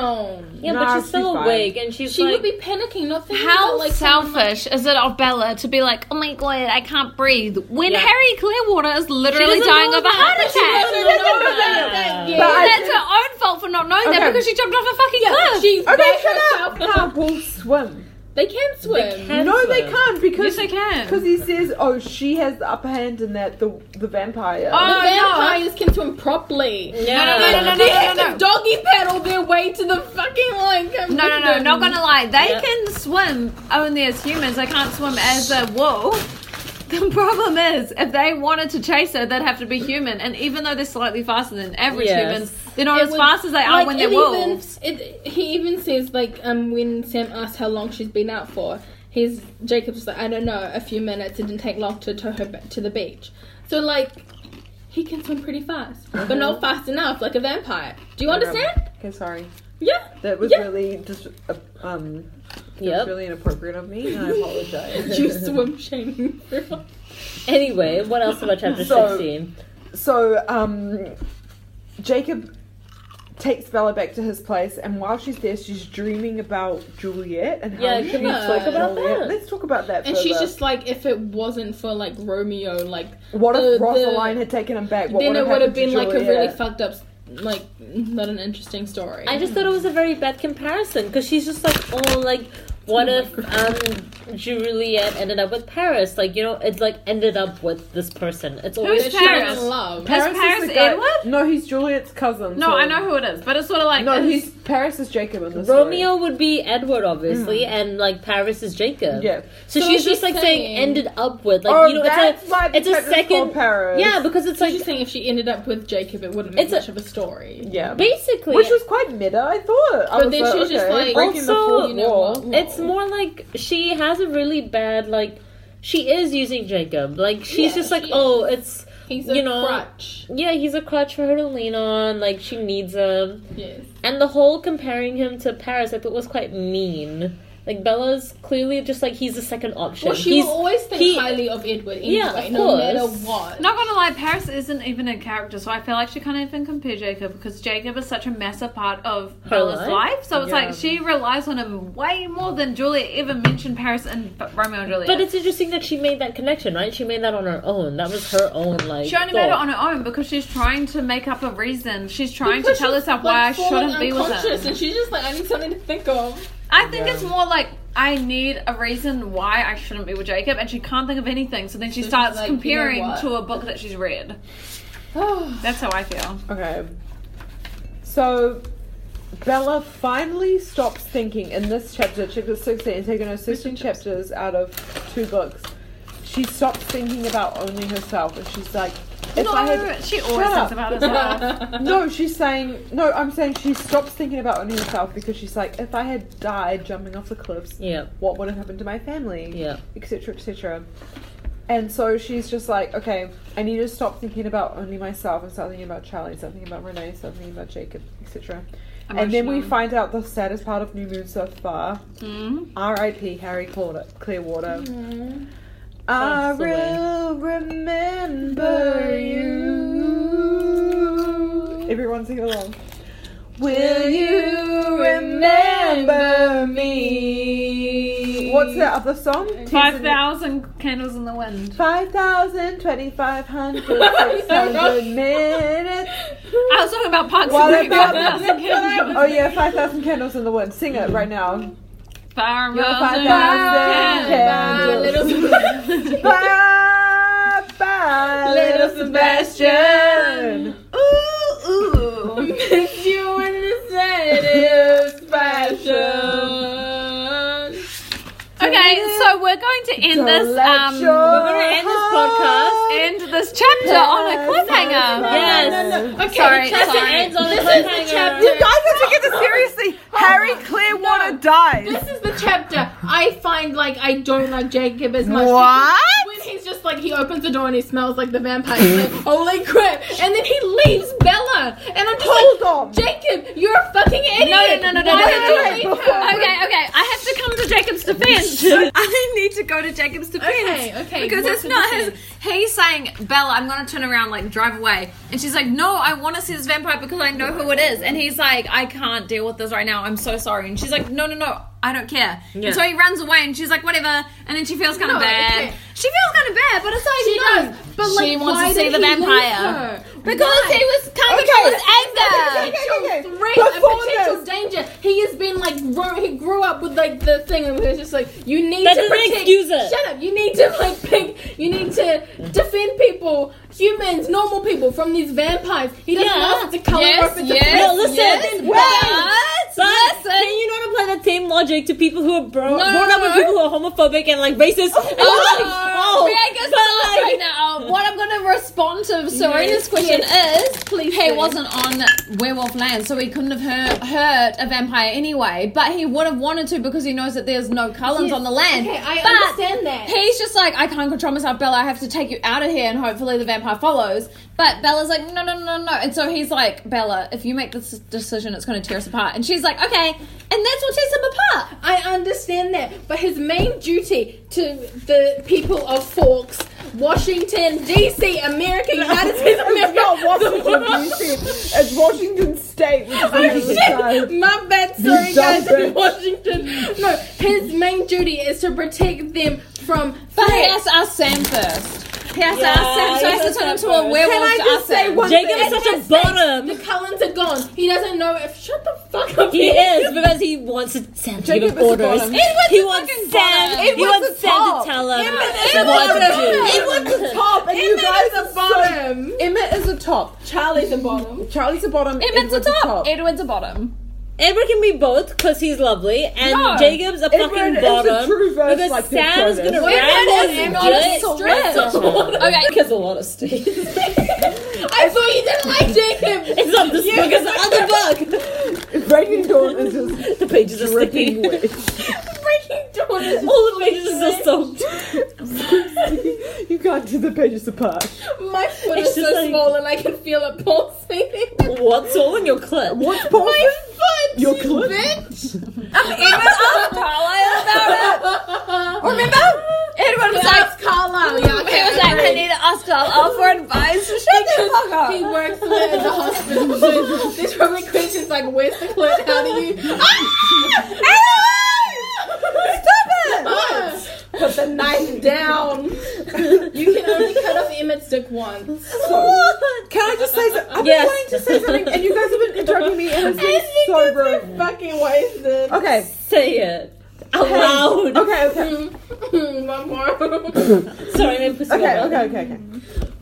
Speaker 3: drown.
Speaker 4: yeah,
Speaker 1: Nah,
Speaker 4: but she's still
Speaker 1: she's fine.
Speaker 4: awake, and she's
Speaker 3: She
Speaker 4: like.
Speaker 3: would be panicking, not thinking
Speaker 2: How
Speaker 3: about, like someone, like-
Speaker 2: selfish is it of Bella to be like, oh my god, I can't breathe, when
Speaker 4: Yeah.
Speaker 2: Harry Clearwater is literally
Speaker 4: doesn't
Speaker 2: dying
Speaker 4: know
Speaker 2: of a
Speaker 4: that.
Speaker 2: heart
Speaker 4: She
Speaker 2: attack?
Speaker 4: doesn't
Speaker 3: No, no,
Speaker 4: know
Speaker 3: no, no,
Speaker 4: that.
Speaker 3: that- yeah.
Speaker 1: But I-
Speaker 2: That's her own fault for not knowing
Speaker 1: Okay.
Speaker 2: that because she jumped off a fucking cliff.
Speaker 3: She
Speaker 1: Okay,
Speaker 3: wet
Speaker 1: shut
Speaker 3: herself
Speaker 1: up. Carpool swim.
Speaker 3: They can swim.
Speaker 4: Can
Speaker 1: no, they
Speaker 4: swim.
Speaker 1: can't because
Speaker 2: yes, I can.
Speaker 1: because he says, "Oh, she has the upper hand in that the the vampire."
Speaker 2: Oh,
Speaker 3: The
Speaker 2: no.
Speaker 3: vampires can swim properly.
Speaker 4: Yeah.
Speaker 2: No, no, no, no, no,
Speaker 3: they
Speaker 2: no,
Speaker 3: have
Speaker 2: no,
Speaker 3: to doggy paddle their way to the fucking like.
Speaker 2: No, no, no, not gonna lie. They
Speaker 4: Yeah.
Speaker 2: can swim only as humans. They can't swim as a wolf. *laughs* The problem is, if they wanted to chase her, they'd have to be human. And even though they're slightly faster than average
Speaker 4: Yes.
Speaker 2: humans, they're not
Speaker 3: It
Speaker 2: as
Speaker 3: was-
Speaker 2: fast as they are
Speaker 3: like,
Speaker 2: when
Speaker 3: it
Speaker 2: they're
Speaker 3: even-
Speaker 2: wolves.
Speaker 3: It, he even says like um when Sam asked how long she's been out for, his Jacob's like I don't know, a few minutes. It didn't take long to tow her ba- to the beach. So like, he can swim pretty fast, but
Speaker 1: Uh-huh.
Speaker 3: not fast enough like a vampire. Do you understand?
Speaker 1: Okay, sorry.
Speaker 3: Yeah.
Speaker 1: That was
Speaker 3: Yeah.
Speaker 1: really just um. that was
Speaker 4: Yep.
Speaker 1: really inappropriate of me, and I apologize.
Speaker 3: *laughs* You swim shaming.
Speaker 4: Anyway, what else about chapter
Speaker 1: So-
Speaker 4: sixteen?
Speaker 1: *laughs* So, um, Jacob takes Bella back to his place, and while she's there, she's dreaming about Juliet and how
Speaker 4: Yeah,
Speaker 1: she
Speaker 4: can we
Speaker 3: Yeah.
Speaker 4: talk about
Speaker 1: Juliet-
Speaker 4: that?
Speaker 1: Let's talk about that.
Speaker 3: And she's
Speaker 1: further.
Speaker 3: just like, if it wasn't for like Romeo, like
Speaker 1: what
Speaker 3: the-
Speaker 1: if
Speaker 3: the-
Speaker 1: Rosaline had taken him back? What
Speaker 3: then it would have
Speaker 1: happened to
Speaker 3: been like a really
Speaker 1: Juliet?
Speaker 3: fucked up, like not an interesting story.
Speaker 4: I just thought it was a very bad comparison because she's just like, oh, like, what if um Juliet ended up with Paris? Like, you know, it's like ended up with this person. It's always
Speaker 2: Who's
Speaker 3: She was
Speaker 2: Paris?
Speaker 3: in love.
Speaker 1: Paris is
Speaker 2: Paris
Speaker 1: the guy-
Speaker 2: Edward?
Speaker 1: No, he's Juliet's cousin.
Speaker 2: No,
Speaker 1: so-
Speaker 2: I know who it is, but it's sort of like
Speaker 1: No,
Speaker 2: it's-
Speaker 1: he's Paris is Jacob in this.
Speaker 4: Romeo would be Edward, obviously, and like Paris is Jacob.
Speaker 1: Story. Yeah.
Speaker 4: So,
Speaker 3: So
Speaker 4: she's
Speaker 3: she's
Speaker 4: just like saying,
Speaker 3: saying-
Speaker 4: ended up with, like,
Speaker 1: oh,
Speaker 4: you know,
Speaker 1: that's
Speaker 4: it's
Speaker 1: why
Speaker 4: a,
Speaker 1: the
Speaker 4: it's a
Speaker 1: chapter is called
Speaker 4: second,
Speaker 1: Paris.
Speaker 4: yeah, because it's
Speaker 3: So
Speaker 4: like
Speaker 3: she's saying if she ended up with Jacob, it wouldn't make
Speaker 4: It's a-
Speaker 3: much of a story.
Speaker 1: Yeah.
Speaker 4: basically,
Speaker 1: Which was quite meta, I thought. I
Speaker 3: But
Speaker 1: was
Speaker 3: then
Speaker 1: like,
Speaker 3: she's just
Speaker 1: okay,
Speaker 3: like-
Speaker 1: breaking the
Speaker 4: Also,
Speaker 1: fourth
Speaker 3: you know
Speaker 1: wall.
Speaker 3: what?
Speaker 4: it's more like she has a really bad like. She is using Jacob. Like she's
Speaker 3: Yeah,
Speaker 4: just like,
Speaker 3: she is.
Speaker 4: oh, it's
Speaker 3: He's a
Speaker 4: You know-
Speaker 3: crutch.
Speaker 4: yeah, he's a crutch for her to lean on. Like she needs him.
Speaker 3: Yes.
Speaker 4: And the whole comparing him to Paris, I thought was quite mean. Like Bella's clearly just like he's the second option.
Speaker 3: Well, she
Speaker 4: he's,
Speaker 3: will always think
Speaker 4: he-
Speaker 3: highly of Edward anyway,
Speaker 4: Yeah, of
Speaker 3: no
Speaker 4: course.
Speaker 3: matter what.
Speaker 2: Not gonna lie, Paris isn't even a character, so I feel like she can't even compare Jacob because Jacob is such a massive part of
Speaker 4: Her
Speaker 2: Bella's
Speaker 4: life?
Speaker 2: life. So it's like she relies on him way more than Juliet ever mentioned Paris and Romeo and Juliet.
Speaker 4: but it's interesting that she made that connection, right? She made that on her own. That was her own like.
Speaker 2: she only made it
Speaker 4: thought.
Speaker 2: on her own because she's trying to make up a reason. She's trying
Speaker 3: Because
Speaker 2: to tell
Speaker 3: she's,
Speaker 2: herself
Speaker 3: like,
Speaker 2: why I
Speaker 3: falling
Speaker 2: shouldn't be with
Speaker 3: unconscious,
Speaker 2: him.
Speaker 3: And she's just like, I need something to think of. *sighs*
Speaker 2: I think it's more like I need a reason why I shouldn't be with Jacob, and she can't think of anything. So then she
Speaker 3: So she's
Speaker 2: starts
Speaker 3: like, you know
Speaker 2: comparing
Speaker 3: what?
Speaker 2: to a book that she's read.
Speaker 3: Oh,
Speaker 2: That's how I feel.
Speaker 1: Okay. So Bella finally stops thinking in this chapter, chapter 16, it's taken her 16 chapters out of two books. She stops thinking about only herself and she's like, if
Speaker 2: no,
Speaker 1: I had
Speaker 2: she
Speaker 1: Shut
Speaker 2: always
Speaker 1: up.
Speaker 2: thinks about
Speaker 4: *laughs*
Speaker 2: herself.
Speaker 1: no, she's saying no. I'm saying she stops thinking about only herself because she's like, if I had died jumping off the cliffs,
Speaker 4: Yeah,
Speaker 1: what would have happened to my family,
Speaker 4: yeah.
Speaker 1: etc., etc. And so she's just like, okay, I need to stop thinking about only myself and start thinking about Charlie, start thinking about Renee, start thinking about Jacob, etc. And then we
Speaker 2: Emotional.
Speaker 1: find out the saddest part of New Moon so far.
Speaker 2: Mhm.
Speaker 1: R.I.P. Harry Clearwater. Clearwater. I
Speaker 4: Passed away.
Speaker 1: will remember you. Everyone sing along. Will you remember me? what's the other song?
Speaker 5: Five thousand candles in the wind.
Speaker 1: 5,000, 2,500, 600 minutes.
Speaker 2: I was talking about Parks
Speaker 1: What
Speaker 2: and Rec. *laughs*
Speaker 1: about Oh, yeah, 5,000 candles in the wind. Sing it right now.
Speaker 2: Fire
Speaker 1: Your
Speaker 2: around
Speaker 1: 5,000
Speaker 2: and
Speaker 1: candles. Bye, bye, little Sebastian. Ooh, ooh. Miss you in the sedative fashion.
Speaker 2: Okay, so we're going to end this um
Speaker 1: gonna
Speaker 7: end this podcast.
Speaker 2: end this chapter on a cliffhanger.
Speaker 7: Yes.
Speaker 2: Okay, sorry,
Speaker 7: Chapter
Speaker 2: sorry.
Speaker 7: ends on a cliffhanger.
Speaker 1: You guys have to get this seriously. Harry Clearwater dies.
Speaker 3: This is the chapter I find like I don't like Jacob as much.
Speaker 1: What?
Speaker 3: When he's just like he opens the door and he smells like the vampire. He's like, Holy crap! And then he leaves Bella, and I'm just
Speaker 1: Hold
Speaker 3: like,
Speaker 1: on.
Speaker 3: Jacob, you're a fucking idiot.
Speaker 2: no, no, no,
Speaker 3: Why
Speaker 2: no,
Speaker 3: did
Speaker 2: no,
Speaker 3: you
Speaker 1: no,
Speaker 3: leave
Speaker 1: no.
Speaker 3: her?
Speaker 2: Okay, okay, I have to come to Jacob's defense.
Speaker 3: *laughs*
Speaker 2: I *laughs* need to go to Jacob's defense.
Speaker 3: Okay, okay,
Speaker 2: Because it's
Speaker 3: what's the
Speaker 2: not his. He's saying, Bella, I'm going to turn around, like, drive away. And she's like, No, I want to see this vampire because I know who it is. And he's like, I can't deal with this right now. I'm so sorry. And she's like, No, no, no, I don't care.
Speaker 4: Yeah.
Speaker 2: And so he runs away and she's like, Whatever. And then she feels kind of
Speaker 3: No,
Speaker 2: bad.
Speaker 3: okay.
Speaker 2: She feels kind of bad, but it's like,
Speaker 3: She
Speaker 2: no.
Speaker 3: does, but like,
Speaker 2: she wants
Speaker 3: why
Speaker 2: to see
Speaker 3: did
Speaker 2: the
Speaker 3: he leave
Speaker 2: vampire.
Speaker 3: her?
Speaker 2: Because he was coming
Speaker 1: Okay.
Speaker 2: from his
Speaker 3: *laughs*
Speaker 1: Okay,
Speaker 2: anger.
Speaker 1: okay, okay.
Speaker 3: Threat of
Speaker 1: Before
Speaker 3: potential
Speaker 1: this-
Speaker 3: danger. He has been like grow- he grew up with like the thing and was just like you need
Speaker 7: That
Speaker 3: to
Speaker 7: doesn't
Speaker 3: protect.
Speaker 7: excuse it.
Speaker 3: Shut up! You need to like pick. You need to defend people, humans, normal people from these vampires. He doesn't
Speaker 7: Yeah.
Speaker 3: know if it's a color
Speaker 2: Yes,
Speaker 3: or if it's
Speaker 2: yes,
Speaker 3: a
Speaker 7: No, listen.
Speaker 2: yes,
Speaker 7: Wait.
Speaker 2: but-
Speaker 7: But
Speaker 2: listen.
Speaker 7: can you not apply that same logic to people who are bro-
Speaker 2: No,
Speaker 7: brought up
Speaker 2: no.
Speaker 7: with people who are homophobic and like racist? Oh, and
Speaker 2: Oh,
Speaker 7: like, oh,
Speaker 2: Vegas
Speaker 7: but like,
Speaker 2: right now. What I'm going to respond to Serena's question is, please, he wasn't on Werewolf Land, so he couldn't have hurt, hurt a vampire anyway. But he would have wanted to because he knows that there's no Cullens on the land.
Speaker 3: Okay, I
Speaker 2: but
Speaker 3: understand that.
Speaker 2: He's just like, I can't control myself, Bella. I have to take you out of here, and hopefully the vampire follows. But Bella's like, no, no, no, no. And so he's like, Bella, if you make this decision, it's going to tear us apart. And she's like, okay. And that's what tears them apart.
Speaker 3: I understand that, but his main duty to the people of Forks, Washington D.C., America, United States of
Speaker 1: It's *laughs*
Speaker 3: America.
Speaker 1: not Washington DC. It's Washington State. Which is the other side.
Speaker 3: My bad, sorry
Speaker 1: You dumb
Speaker 3: guys
Speaker 1: bitch.
Speaker 3: in Washington. No, his main duty is to protect them from
Speaker 2: But he
Speaker 3: threats.
Speaker 2: has to ask Sam first. He has to ask Sam, so he
Speaker 7: he
Speaker 2: has
Speaker 7: has
Speaker 2: to turn
Speaker 7: to
Speaker 2: into a
Speaker 7: first.
Speaker 2: werewolf
Speaker 1: Can I
Speaker 2: to
Speaker 1: just
Speaker 2: ask
Speaker 1: say
Speaker 2: him.
Speaker 1: one
Speaker 7: Jacob
Speaker 1: thing?
Speaker 7: is such a bottom.
Speaker 3: The Cullens are gone. He doesn't know if. Shut the fuck up.
Speaker 7: He is because he wants to Sam to give
Speaker 1: Jacob
Speaker 7: him
Speaker 1: is a
Speaker 7: orders.
Speaker 1: bottom.
Speaker 7: He wants Sam.
Speaker 1: It
Speaker 7: He
Speaker 1: was
Speaker 7: wants
Speaker 1: the
Speaker 7: Sam
Speaker 1: top.
Speaker 7: to tell him what
Speaker 1: It
Speaker 7: to
Speaker 1: was
Speaker 7: do.
Speaker 1: the- it was the top, and you guys are bottom. Emmett is the top.
Speaker 3: Charlie's the bottom.
Speaker 1: Charlie's the bottom.
Speaker 2: Edward's a
Speaker 1: Edward's the
Speaker 2: top. Edward's a bottom.
Speaker 7: Edward can be both because he's lovely, and
Speaker 2: No.
Speaker 7: Jacob's a
Speaker 1: Edward
Speaker 7: fucking
Speaker 1: is a
Speaker 7: bottom
Speaker 1: true verse
Speaker 7: because
Speaker 1: like the
Speaker 7: Sam's
Speaker 1: Jonas.
Speaker 7: gonna
Speaker 1: Wait,
Speaker 7: ram his
Speaker 2: Edward is
Speaker 7: dick.
Speaker 2: a strip. Okay.
Speaker 7: Because a lot of
Speaker 1: *laughs*
Speaker 7: steam.
Speaker 3: I thought you
Speaker 2: *laughs*
Speaker 3: didn't like Jacob.
Speaker 7: It's not this book, it's the other book.
Speaker 1: Breaking Dawn is
Speaker 4: *laughs*
Speaker 1: just
Speaker 7: The pages are
Speaker 1: dripping
Speaker 7: sticky.
Speaker 1: wet.
Speaker 3: Breaking Dawn
Speaker 7: *laughs*
Speaker 3: is
Speaker 7: All the pages are still soaked.
Speaker 1: You can't do the pages apart.
Speaker 3: my foot
Speaker 7: It's
Speaker 3: is
Speaker 7: just
Speaker 3: so
Speaker 7: like-
Speaker 3: small and I can feel it pulsing. *laughs*
Speaker 7: What's all in your clip?
Speaker 1: What's My foot. Your clip.
Speaker 2: Edward was like,
Speaker 3: That's Carla. Yeah,
Speaker 2: he was like, I need to ask Carl for advice. Shut the fuck up.
Speaker 3: He works there at the hospital. *laughs* so There's probably questions like, "Where's the clip? How do you?" Stop it!
Speaker 1: Put the knife down.
Speaker 3: You can only cut off Emmett's dick once.
Speaker 1: Can I just say something? I've
Speaker 7: Yes.
Speaker 1: been wanting to say something, and you guys have been interrupting me, and it's been so rude.
Speaker 3: Fucking wasted.
Speaker 1: Okay.
Speaker 7: Say it out loud.
Speaker 1: Okay. Okay.
Speaker 3: *laughs* One more.
Speaker 7: Sorry, I pissed you
Speaker 1: Okay,
Speaker 7: off.
Speaker 1: okay, okay,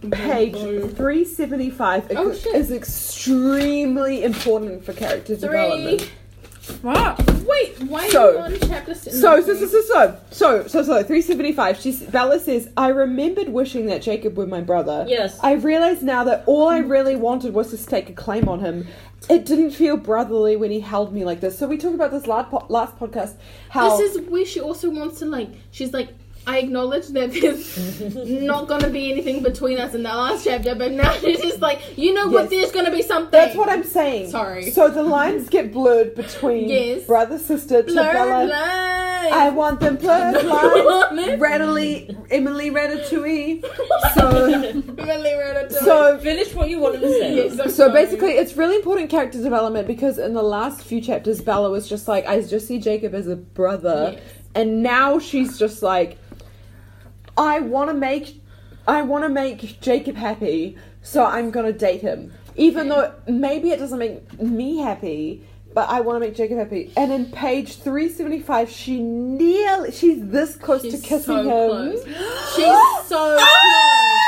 Speaker 1: okay. Page 375
Speaker 3: Oh,
Speaker 1: ex-
Speaker 3: shit.
Speaker 1: is extremely important for character
Speaker 3: Three.
Speaker 1: development.
Speaker 3: *coughs*
Speaker 2: Ah!
Speaker 3: Wait, why
Speaker 1: So-
Speaker 3: are you on chapter six?
Speaker 1: So, so, so, so, so, so, so, so, 375. She's, Bella says, I remembered wishing that Jacob were my brother.
Speaker 7: Yes.
Speaker 1: I realized now that all I really wanted was to stake a claim on him. It didn't feel brotherly when he held me like this. So, we talked about this last, po- last podcast. How.
Speaker 3: This is where she also wants to like. She's like, I acknowledge
Speaker 1: *laughs*
Speaker 3: that there's not gonna be anything between us in that last chapter, but now *laughs* she's just like, you know
Speaker 1: Yes.
Speaker 3: what? There's gonna be something.
Speaker 1: that's what I'm saying.
Speaker 3: Sorry.
Speaker 1: So the lines get blurred between
Speaker 3: Yes.
Speaker 1: brother, sister, to
Speaker 3: Blurred
Speaker 1: Bella.
Speaker 3: lines.
Speaker 1: I want them blurred lines.
Speaker 3: Really,
Speaker 1: Readily, Emily
Speaker 3: *laughs*
Speaker 1: Ratatouille. So,
Speaker 3: *laughs* really
Speaker 1: so,
Speaker 7: Finish what you wanted to say.
Speaker 3: Yes,
Speaker 1: so
Speaker 3: I'm sorry.
Speaker 1: basically, it's really important character development because in the last few chapters, Bella was just like, I just see Jacob as a brother, and now she's just like, I want to make, I want to make Jacob happy, so I'm gonna date him, even though maybe it doesn't make me happy. But I want to make Jacob happy. And in page 375, she nearly, she's this close
Speaker 3: She's
Speaker 1: to kissing
Speaker 3: so
Speaker 1: him.
Speaker 3: close.
Speaker 1: *gasps*
Speaker 3: She's *gasps* so close.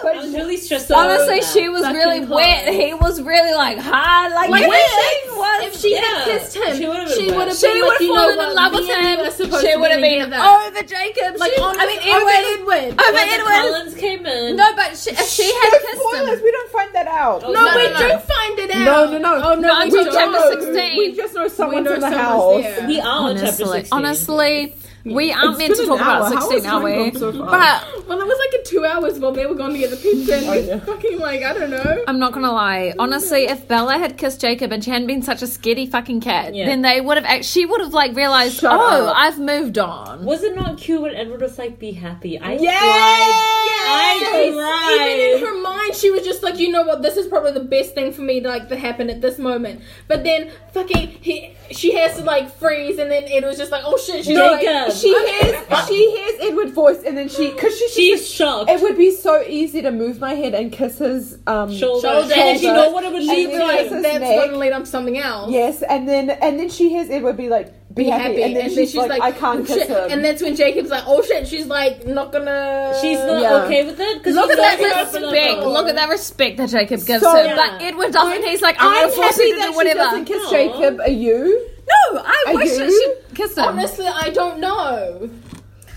Speaker 1: But
Speaker 4: I was really stressed out.
Speaker 2: Honestly, she was
Speaker 3: Fucking
Speaker 2: really
Speaker 3: close.
Speaker 2: wet. He was really like hard. Like,
Speaker 3: Like,
Speaker 2: yeah,
Speaker 3: if
Speaker 2: she was.
Speaker 3: If she
Speaker 4: Yeah.
Speaker 3: had kissed him,
Speaker 4: She
Speaker 3: she
Speaker 4: would've
Speaker 3: would
Speaker 4: been
Speaker 3: have been
Speaker 4: wet.
Speaker 2: She
Speaker 3: like,
Speaker 2: would've
Speaker 3: you know
Speaker 2: fallen
Speaker 3: what,
Speaker 2: in love
Speaker 3: me
Speaker 2: with
Speaker 3: and you
Speaker 2: him.
Speaker 3: are supposed
Speaker 2: she
Speaker 3: to Oh,
Speaker 2: would have been
Speaker 3: together.
Speaker 2: over Jacob.
Speaker 3: like
Speaker 2: she,
Speaker 3: on
Speaker 2: I mean, Edwin.
Speaker 3: over Edwin.
Speaker 2: Over
Speaker 4: When the
Speaker 2: Edwin.
Speaker 4: Collins came in.
Speaker 3: No, but she, if she
Speaker 1: no
Speaker 3: had kissed
Speaker 1: spoilers,
Speaker 3: him.
Speaker 1: we don't find that out.
Speaker 4: Oh,
Speaker 3: No, we
Speaker 4: no, no,
Speaker 3: do
Speaker 4: no.
Speaker 3: find it out.
Speaker 1: No, no, no.
Speaker 3: Oh no,
Speaker 2: Not
Speaker 3: we
Speaker 2: until
Speaker 3: don't.
Speaker 2: chapter
Speaker 3: No,
Speaker 2: 16.
Speaker 1: We just know someone's
Speaker 3: know
Speaker 1: in the house.
Speaker 3: someone's there.
Speaker 4: We are on chapter 16.
Speaker 2: Honestly, honestly, we aren't meant to
Speaker 1: been
Speaker 2: talk
Speaker 1: an
Speaker 2: about
Speaker 1: hour. How
Speaker 2: 16,
Speaker 1: has
Speaker 2: are
Speaker 1: time
Speaker 2: we?
Speaker 1: gone so far?
Speaker 2: but
Speaker 3: Well, it was like a two hours while they were going to get the pizza. And
Speaker 1: Oh, yeah.
Speaker 3: Fucking like I don't know.
Speaker 2: I'm not gonna lie. Honestly, if Bella had kissed Jacob and she hadn't been such a scaredy fucking cat,
Speaker 4: Yeah.
Speaker 2: then they would have. Act- she would have like realized,
Speaker 1: Shut
Speaker 2: oh,
Speaker 1: up.
Speaker 2: I've moved on.
Speaker 4: Was it not cute when Edward was like, be happy? I
Speaker 1: Yes!
Speaker 4: cried. I
Speaker 3: Even in
Speaker 4: cried.
Speaker 3: her mind, she was just like, you know what? This is probably the best thing for me, like, that happened at this moment. But then, fucking, he, she has to like freeze, and then it was just like, oh shit, she's
Speaker 4: No,
Speaker 3: like,
Speaker 4: Jacob.
Speaker 1: She hears she hears Edward's voice and then she because she's,
Speaker 4: She's
Speaker 1: just
Speaker 4: shocked.
Speaker 1: like, it would be so easy to move my head and kiss his um
Speaker 4: Shoulder.
Speaker 3: Shoulder.
Speaker 4: And then you know what it would
Speaker 1: And
Speaker 4: lead
Speaker 1: then
Speaker 4: to?
Speaker 1: it's
Speaker 3: like,
Speaker 1: his
Speaker 3: that's
Speaker 1: neck.
Speaker 3: going to lead up to something else.
Speaker 1: Yes, and then and then she hears Edward be like, be,
Speaker 3: Be
Speaker 1: happy. and then she's, like, I can't
Speaker 3: shit.
Speaker 1: kiss him.
Speaker 3: And that's when Jacob's like, oh shit, she's like, not gonna.
Speaker 4: She's not
Speaker 1: Yeah.
Speaker 4: okay with it. because
Speaker 2: Look at
Speaker 4: she's
Speaker 2: that
Speaker 4: not
Speaker 2: respect.
Speaker 4: gonna-
Speaker 2: Look at that respect that Jacob gives
Speaker 1: So-
Speaker 2: him.
Speaker 1: Yeah.
Speaker 2: But Edward doesn't. He's like, I'm,
Speaker 1: I'm
Speaker 2: gonna force
Speaker 1: happy
Speaker 2: you to
Speaker 1: that
Speaker 2: do
Speaker 1: she doesn't
Speaker 2: whatever.
Speaker 1: kiss
Speaker 4: Aw.
Speaker 1: Jacob. Are you?
Speaker 2: No, I
Speaker 1: Are
Speaker 2: wish that
Speaker 1: you?
Speaker 2: she kissed him.
Speaker 3: Honestly, I don't know.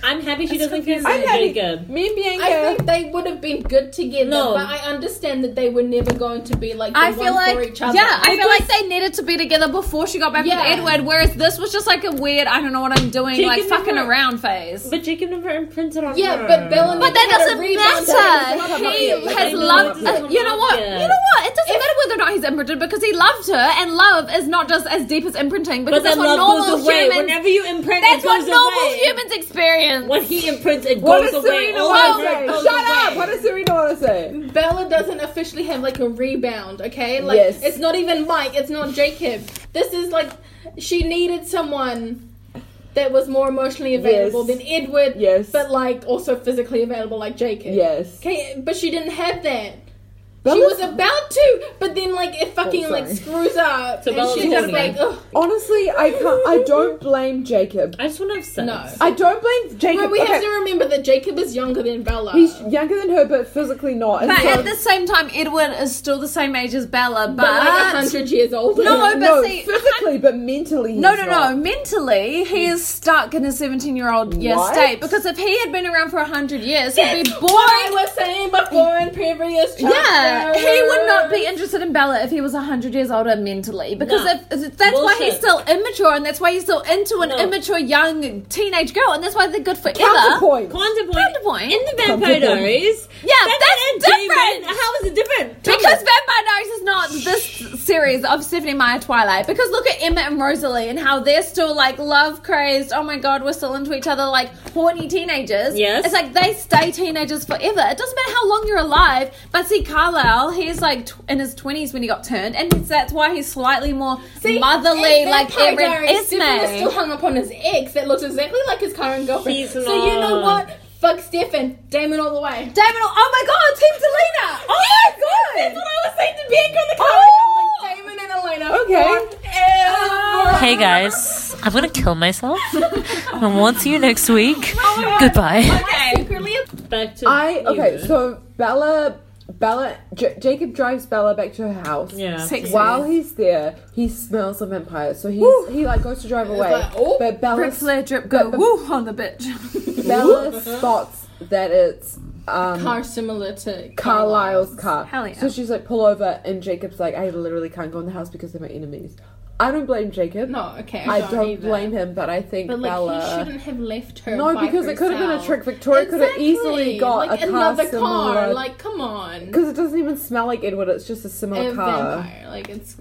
Speaker 4: I'm happy she doesn't kiss
Speaker 1: I'm happy.
Speaker 4: Jacob.
Speaker 1: Me and Bianca.
Speaker 3: I think they would have been good together,
Speaker 4: No.
Speaker 3: but I understand that they were never going to be like the
Speaker 2: I
Speaker 3: one
Speaker 2: feel
Speaker 3: for
Speaker 2: like
Speaker 3: each
Speaker 2: yeah,
Speaker 3: other.
Speaker 2: I feel like they needed to be together before she got back
Speaker 3: Yeah.
Speaker 2: with Edward. Whereas this was just like a weird, I don't know what I'm doing,
Speaker 4: Jacob
Speaker 2: like fucking
Speaker 4: never-
Speaker 2: around phase.
Speaker 4: But Jacob never imprinted on her.
Speaker 3: Yeah, but Bella.
Speaker 2: But that doesn't matter. He
Speaker 4: yet.
Speaker 2: has
Speaker 4: I know,
Speaker 2: loved.
Speaker 4: it doesn't
Speaker 2: uh, you know
Speaker 4: come
Speaker 2: what?
Speaker 4: up yet.
Speaker 2: You know what? It doesn't matter whether or not he's imprinted because he loved her, and love is not just as deep as imprinting because
Speaker 4: But
Speaker 2: that's
Speaker 4: then
Speaker 2: what
Speaker 4: love
Speaker 2: normal
Speaker 4: goes away.
Speaker 2: humans.
Speaker 4: Whenever you imprint,
Speaker 2: that's
Speaker 4: it goes
Speaker 2: what normal
Speaker 4: away.
Speaker 2: humans experience.
Speaker 4: When he imprints, it
Speaker 1: what
Speaker 4: goes
Speaker 1: does
Speaker 4: away.
Speaker 1: Serena
Speaker 4: All
Speaker 1: want
Speaker 4: over
Speaker 1: to say?
Speaker 4: it goes
Speaker 1: Shut up!
Speaker 4: away.
Speaker 1: What does Serena want to say?
Speaker 3: Bella doesn't officially have like a rebound, okay? Like
Speaker 1: Yes.
Speaker 3: it's not even Mike, it's not Jacob. This is like she needed someone that was more emotionally available
Speaker 1: Yes.
Speaker 3: than Edward,
Speaker 1: Yes.
Speaker 3: but like also physically available like Jacob.
Speaker 1: Yes.
Speaker 3: Okay, but she didn't have that. she
Speaker 1: Bella's-
Speaker 3: was about to, but then like it fucking
Speaker 1: Oh, sorry.
Speaker 3: like screws up,
Speaker 4: So
Speaker 3: and
Speaker 4: Bella's
Speaker 3: she's just
Speaker 4: horny.
Speaker 3: like, ugh,
Speaker 1: Honestly, I can't. I don't blame Jacob.
Speaker 4: I just want to have sex.
Speaker 3: no.
Speaker 1: I don't blame Jacob.
Speaker 3: But we
Speaker 1: okay,
Speaker 3: have to remember that Jacob is younger than Bella.
Speaker 1: he's younger than her, but physically not. And
Speaker 2: But
Speaker 1: so-
Speaker 2: at the same time, Edward is still the same age as Bella, but,
Speaker 3: but like hundred years older.
Speaker 2: No, but
Speaker 1: no,
Speaker 2: see,
Speaker 1: physically, but mentally.
Speaker 2: No,
Speaker 1: he's
Speaker 2: no,
Speaker 1: not.
Speaker 2: no. Mentally, he is stuck in a 17 year old year
Speaker 1: What?
Speaker 2: state because if he had been around for 100 years, he'd be
Speaker 3: I
Speaker 2: boring.
Speaker 3: was saying before in previous chapters.
Speaker 2: Yeah, he would not be interested in Bella if he was 100 years older mentally because
Speaker 4: No.
Speaker 2: if, if- that's why he's
Speaker 4: Bullshit.
Speaker 2: still immature and that's why he's still into an
Speaker 4: No.
Speaker 2: immature young teenage girl and that's why they're good forever.
Speaker 1: Counterpoint.
Speaker 4: Quantum point.
Speaker 2: Counterpoint.
Speaker 4: In the Vampire
Speaker 1: Quantum point.
Speaker 4: Diaries.
Speaker 2: Yeah, that's
Speaker 4: Damon,
Speaker 2: different.
Speaker 4: how is it different? Tell me.
Speaker 2: Because Vampire Diaries is not this series of Stephanie Meyer Twilight. Because look at Emma and Rosalie and how they're still like love crazed. Oh my god, we're still into each other like horny teenagers.
Speaker 4: Yes.
Speaker 2: It's like they stay teenagers forever. It doesn't matter how long you're alive. But see, Carlisle, he's like tw- in his 20s when he got turned. And it's, that's why he's slightly more motherly, like
Speaker 3: every
Speaker 2: Erin
Speaker 3: Stefan was still
Speaker 2: Esme.
Speaker 3: hung up on his ex that looks exactly like his current girlfriend.
Speaker 4: He's
Speaker 3: so you know
Speaker 4: not.
Speaker 3: what? Fuck Stefan. Damon all the way.
Speaker 2: Damon, oh my god, Team Delina! Oh my god!
Speaker 3: That's what I was saying to Bianca in the car. Oh! Like, Damon and Elena.
Speaker 1: Okay.
Speaker 2: Oh!
Speaker 3: Forever.
Speaker 9: Hey guys, I'm gonna kill myself.
Speaker 2: *laughs*
Speaker 9: and we'll see you next week. Goodbye.
Speaker 4: Oh Back to
Speaker 1: I okay.
Speaker 4: you.
Speaker 1: So Bella, Bella, J- Jacob drives Bella back to her house.
Speaker 4: yeah.
Speaker 1: While he's there, he smells the vampire, so he's, he like goes to drive away.
Speaker 3: like, oh,
Speaker 1: but Bella,
Speaker 2: Ric Flair drip go
Speaker 1: But-
Speaker 2: woo on the
Speaker 1: *laughs*
Speaker 2: bitch.
Speaker 1: Bella spots that it's um,
Speaker 3: Car similar to
Speaker 1: Carlisle's car.
Speaker 2: Hell yeah.
Speaker 1: So she's like, pull over, and Jacob's like, I literally can't go in the house because they're my enemies. I don't blame Jacob.
Speaker 3: No, okay.
Speaker 1: I don't
Speaker 3: either.
Speaker 1: blame him, but I think
Speaker 3: But like, he
Speaker 1: Bella.
Speaker 3: shouldn't have left her.
Speaker 1: No,
Speaker 3: by
Speaker 1: because it could have been a
Speaker 3: herself.
Speaker 1: trick. Victoria could have easily
Speaker 3: Exactly.
Speaker 1: got
Speaker 3: like
Speaker 1: a car
Speaker 3: another
Speaker 1: similar-
Speaker 3: car. Like, come on.
Speaker 1: Because it doesn't even smell like Edward, it's just a similar
Speaker 3: a
Speaker 1: car.
Speaker 3: vampire. Like it's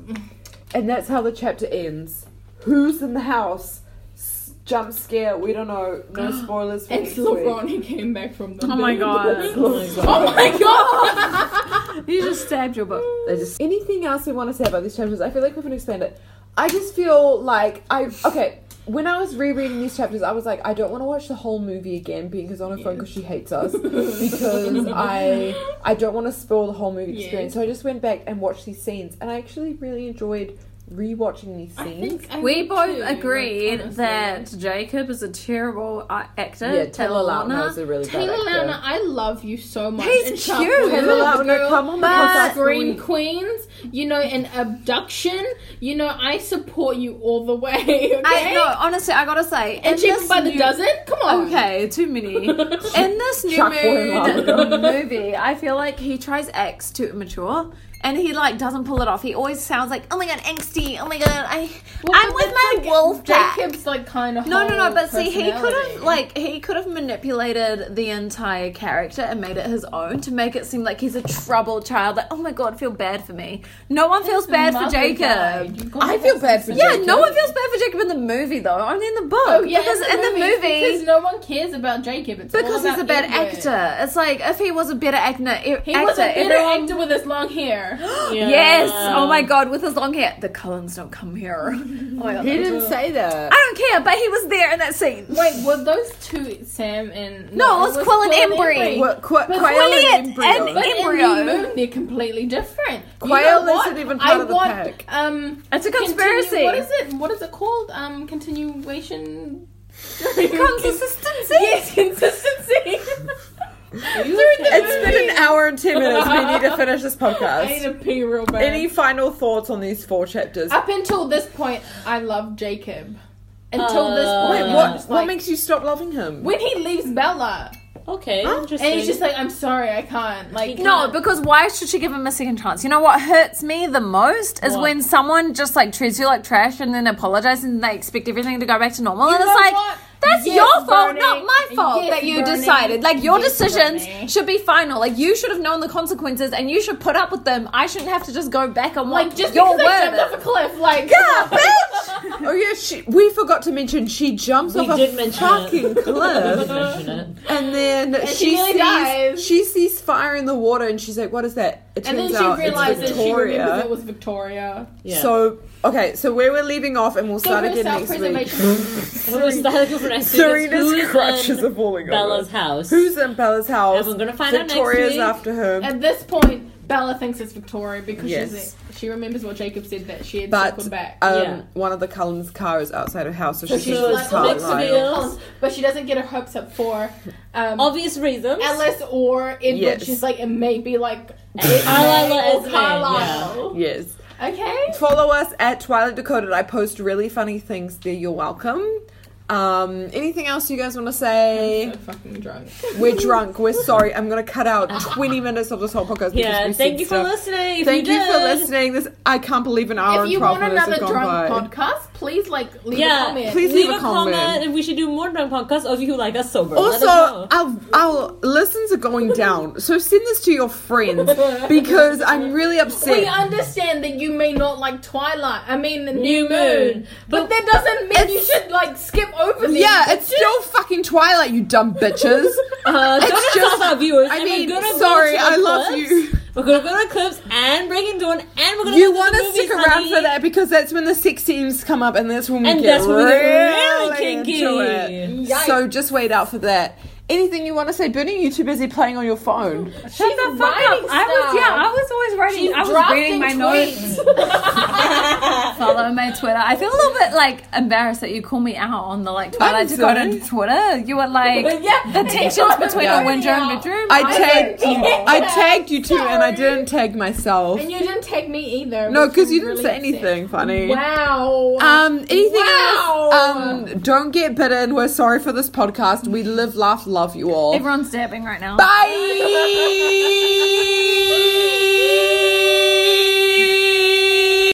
Speaker 1: And that's how the chapter ends. Who's in the house? S- Jump scare, we don't know.
Speaker 3: *gasps*
Speaker 1: No spoilers for next
Speaker 3: it's
Speaker 1: week.
Speaker 3: LeBron who came back from the.
Speaker 2: Oh
Speaker 1: *laughs*
Speaker 2: my god.
Speaker 3: Oh my god!
Speaker 2: You just stabbed your book.
Speaker 1: They just- anything else we want to say about these chapters? I feel like we can expand it. I just feel like I okay. when I was rereading these chapters, I was like, I don't want to watch the whole movie again because on a phone because she hates us *laughs* because I I don't want to spoil the whole movie experience. So I just went back and watched these scenes, and I actually really enjoyed rewatching these scenes.
Speaker 2: We both agreed that Jacob is a terrible uh, actor.
Speaker 1: yeah, Taylor Lautner
Speaker 2: Lautner.
Speaker 1: is a really
Speaker 3: Taylor
Speaker 1: bad actor.
Speaker 3: Lautner, I love you so much.
Speaker 1: He's
Speaker 3: And
Speaker 1: cute.
Speaker 3: Shark Boy,
Speaker 1: Taylor
Speaker 3: love the
Speaker 1: Lautner,
Speaker 3: girl.
Speaker 1: come on,
Speaker 3: But
Speaker 1: but-
Speaker 3: Scream Queens, you know, and Abduction, you know, I support you all the way. *laughs* Okay?
Speaker 2: I no, honestly, I gotta say, in
Speaker 3: and Cheaper
Speaker 2: this
Speaker 3: by the
Speaker 2: new-
Speaker 3: Dozen? Come on.
Speaker 2: Okay, too
Speaker 3: *laughs*
Speaker 2: many. In this new
Speaker 1: Chuck Boy
Speaker 2: mood, *laughs* movie, I feel like he tries acts too immature. And he like doesn't pull it off. He always sounds like, oh my god, angsty. Oh my god, I,
Speaker 3: Well,
Speaker 2: I'm
Speaker 3: but
Speaker 2: with
Speaker 3: that's
Speaker 2: my
Speaker 3: like
Speaker 2: wolf pack.
Speaker 3: Jacob's like kind of
Speaker 2: No, no, no. But see, he could have like he could have manipulated the entire character and made it his own to make it seem like he's a troubled child. Like, oh my god, feel bad for me. No one feels bad for Jacob.
Speaker 1: I feel bad for
Speaker 2: Yeah,
Speaker 1: Jacob.
Speaker 2: no one feels bad for Jacob in the movie though. Only in the book.
Speaker 3: Oh yeah,
Speaker 2: because in the
Speaker 3: because
Speaker 2: movie.
Speaker 3: no one cares about Jacob. It's all
Speaker 2: Because he's a
Speaker 3: about
Speaker 2: bad
Speaker 3: Edward.
Speaker 2: actor. It's like if he was a better actor,
Speaker 3: He
Speaker 2: actor
Speaker 3: was a better
Speaker 2: everyone-
Speaker 3: actor with his long hair.
Speaker 2: Yes. Oh my god, with his long hair, the Cullens don't come
Speaker 3: *laughs*
Speaker 2: here. oh my god.
Speaker 1: He didn't say that.
Speaker 2: I don't care, but he was there in that scene.
Speaker 3: *laughs* Wait, were those two Sam and
Speaker 2: No, it was Quill and Embry.
Speaker 1: What, qu- quail
Speaker 2: Elliot
Speaker 1: and embryo.
Speaker 2: and-
Speaker 3: But
Speaker 2: Embryo.
Speaker 3: in the moon, they're completely different.
Speaker 1: Quail
Speaker 3: you know
Speaker 1: isn't
Speaker 3: what?
Speaker 1: even part
Speaker 3: I
Speaker 1: of the
Speaker 3: want,
Speaker 1: pack.
Speaker 3: Um,
Speaker 2: It's a
Speaker 3: continue-
Speaker 2: conspiracy.
Speaker 3: what is it? What is it called? Um, continuation.
Speaker 2: Consistency. *laughs*
Speaker 3: Yes, consistency.
Speaker 1: It's been an hour and ten minutes. We need
Speaker 3: *laughs*
Speaker 1: to finish this podcast.
Speaker 3: I need Uh, to pee real bad.
Speaker 1: Any final thoughts on these four chapters?
Speaker 3: Up until this point, I love Jacob. Until this point,
Speaker 1: Wait, what?
Speaker 3: it's
Speaker 1: what
Speaker 3: um, like-
Speaker 1: makes you stop loving him?
Speaker 3: when he leaves Bella,
Speaker 4: Okay, interesting.
Speaker 3: and he's just like, "I'm sorry, I can't." Like,
Speaker 2: No, because why should she give him a second chance? You know what hurts me the most is
Speaker 4: What?
Speaker 2: when someone just like treats you like trash and then apologizes and they expect everything to go back to normal. and it's
Speaker 3: know
Speaker 2: like,
Speaker 3: what?
Speaker 2: that's
Speaker 3: Yes,
Speaker 2: your fault,
Speaker 3: Bernie.
Speaker 2: not my fault
Speaker 3: Yes,
Speaker 2: that you
Speaker 3: Bernie.
Speaker 2: decided. Like, your
Speaker 3: Yes,
Speaker 2: decisions
Speaker 3: Bernie.
Speaker 2: should be final. Like, you should have known the consequences and you should put up with them. I shouldn't have to just go back on what
Speaker 3: like just
Speaker 2: your
Speaker 3: because I jumped
Speaker 2: word. *laughs*
Speaker 3: off a cliff, like,
Speaker 1: Yeah, bitch! oh yeah, she, we forgot to mention she jumps
Speaker 4: We
Speaker 1: off
Speaker 4: did
Speaker 1: a
Speaker 4: mention *laughs*
Speaker 3: *laughs*
Speaker 1: fucking
Speaker 4: Didn't
Speaker 1: cliff,
Speaker 4: mention it.
Speaker 1: and then
Speaker 3: she
Speaker 1: she,
Speaker 3: nearly
Speaker 1: sees
Speaker 3: dies.
Speaker 1: she sees fire in the water, and she's like, "What is that?" It
Speaker 3: *laughs* and then
Speaker 1: turns
Speaker 3: she
Speaker 1: out
Speaker 3: realizes
Speaker 1: it's
Speaker 3: she remembers
Speaker 1: Victoria.
Speaker 3: it was Victoria.
Speaker 4: Yeah.
Speaker 1: So okay, so where we're leaving off, and we'll
Speaker 3: So
Speaker 1: start
Speaker 3: her
Speaker 1: again next week.
Speaker 3: self-preservation.
Speaker 4: I'm gonna start over and I see who's in
Speaker 1: Serena's crutches are falling
Speaker 4: Bella's
Speaker 1: over.
Speaker 4: house.
Speaker 1: Who's in Bella's house?
Speaker 4: And we're gonna find out next
Speaker 1: Victoria's
Speaker 4: week.
Speaker 1: after her.
Speaker 3: *laughs* At this point, Bella thinks it's Victoria because
Speaker 1: Yes.
Speaker 3: she's she remembers what Jacob said that she had
Speaker 1: But
Speaker 3: circled back.
Speaker 1: um,
Speaker 4: Yeah.
Speaker 1: one of the Cullens' car is outside her house, so,
Speaker 3: so
Speaker 1: she
Speaker 3: she's
Speaker 1: thinks
Speaker 4: goes
Speaker 3: like,
Speaker 1: it's
Speaker 4: to
Speaker 3: oh,
Speaker 1: Carlisle.
Speaker 3: it's
Speaker 4: Mexico.
Speaker 3: Victoria. but she doesn't get her hopes up for um,
Speaker 4: Obvious reasons.
Speaker 3: Alice or Edward.
Speaker 1: Yes.
Speaker 3: She's like, it may be like
Speaker 4: Carlisle
Speaker 3: Carlisle
Speaker 4: or
Speaker 3: or
Speaker 4: Esme,
Speaker 3: Carlisle.
Speaker 1: Yes.
Speaker 3: Okay.
Speaker 1: Follow us at Twilight Decoded. I post really funny things there. You're welcome. Um, anything else you guys want to say?
Speaker 4: *laughs*
Speaker 3: I'm fucking drunk.
Speaker 1: We're drunk. We're sorry. I'm gonna cut out
Speaker 4: *laughs*
Speaker 1: 20 minutes of this whole podcast. because
Speaker 4: Yeah,
Speaker 1: we
Speaker 4: thank
Speaker 1: said
Speaker 4: you for
Speaker 1: stuff.
Speaker 4: listening. If
Speaker 1: Thank
Speaker 4: you,
Speaker 1: you,
Speaker 4: did,
Speaker 1: for listening. This I can't believe an hour
Speaker 3: If you
Speaker 1: and 12
Speaker 3: want
Speaker 1: minutes
Speaker 3: another
Speaker 1: have
Speaker 3: drunk
Speaker 1: gone by.
Speaker 3: podcast, please like leave
Speaker 4: Yeah.
Speaker 3: a comment.
Speaker 1: Please
Speaker 4: leave,
Speaker 1: leave
Speaker 4: a comment.
Speaker 1: comment.
Speaker 4: if we should do more drunk podcasts or if you like us sober. Let us
Speaker 1: Also,
Speaker 4: know.
Speaker 1: our our listens are going down, so send this to your
Speaker 4: *laughs*
Speaker 1: friends because I'm really upset.
Speaker 3: We understand that you may not like Twilight. I mean, New,
Speaker 4: New
Speaker 3: Moon,
Speaker 4: Moon.
Speaker 3: but, that doesn't mean you should like skip over them.
Speaker 1: yeah, it's still fucking Twilight, you dumb
Speaker 4: *laughs*
Speaker 1: bitches.
Speaker 4: Uh, don't
Speaker 1: It's
Speaker 4: insult
Speaker 1: just-
Speaker 4: our viewers.
Speaker 1: I
Speaker 4: and
Speaker 1: mean,
Speaker 4: we're gonna
Speaker 1: sorry,
Speaker 4: go to the
Speaker 1: I love
Speaker 4: clips.
Speaker 1: you.
Speaker 4: We're gonna go to the clips and Breaking Dawn, and we're gonna.
Speaker 1: You
Speaker 4: go
Speaker 1: want
Speaker 4: the
Speaker 1: to stick
Speaker 4: movies,
Speaker 1: around
Speaker 4: honey.
Speaker 1: for that because that's when the sex scenes come up, and that's when we
Speaker 4: And
Speaker 1: get
Speaker 4: that's when we
Speaker 1: really,
Speaker 4: get really kinky.
Speaker 1: into it. So just wait out for that. Anything you want to say, Bernie? You too busy playing on your phone.
Speaker 2: Shut the fuck up. I was, yeah, I was always writing, I was reading my notes. Follow my Twitter. I feel a little bit like embarrassed that you call me out on the like Twilight Decoded Twitter. You
Speaker 1: *laughs*
Speaker 2: were like, the tensions between
Speaker 1: Yeah.
Speaker 2: a window and bedroom.
Speaker 1: I tagged, I tagged you too, and I didn't tag myself.
Speaker 3: And you didn't tag me either.
Speaker 1: No,
Speaker 3: which
Speaker 1: because
Speaker 3: was
Speaker 1: you didn't
Speaker 3: really
Speaker 1: say
Speaker 3: upsetting.
Speaker 1: anything funny.
Speaker 3: Wow.
Speaker 1: Um, anything
Speaker 3: Wow.
Speaker 1: else? Um, don't get bitten. We're sorry for this podcast. We live, laugh, love you all.
Speaker 2: Everyone's dabbing right now.
Speaker 1: Bye.
Speaker 4: *laughs*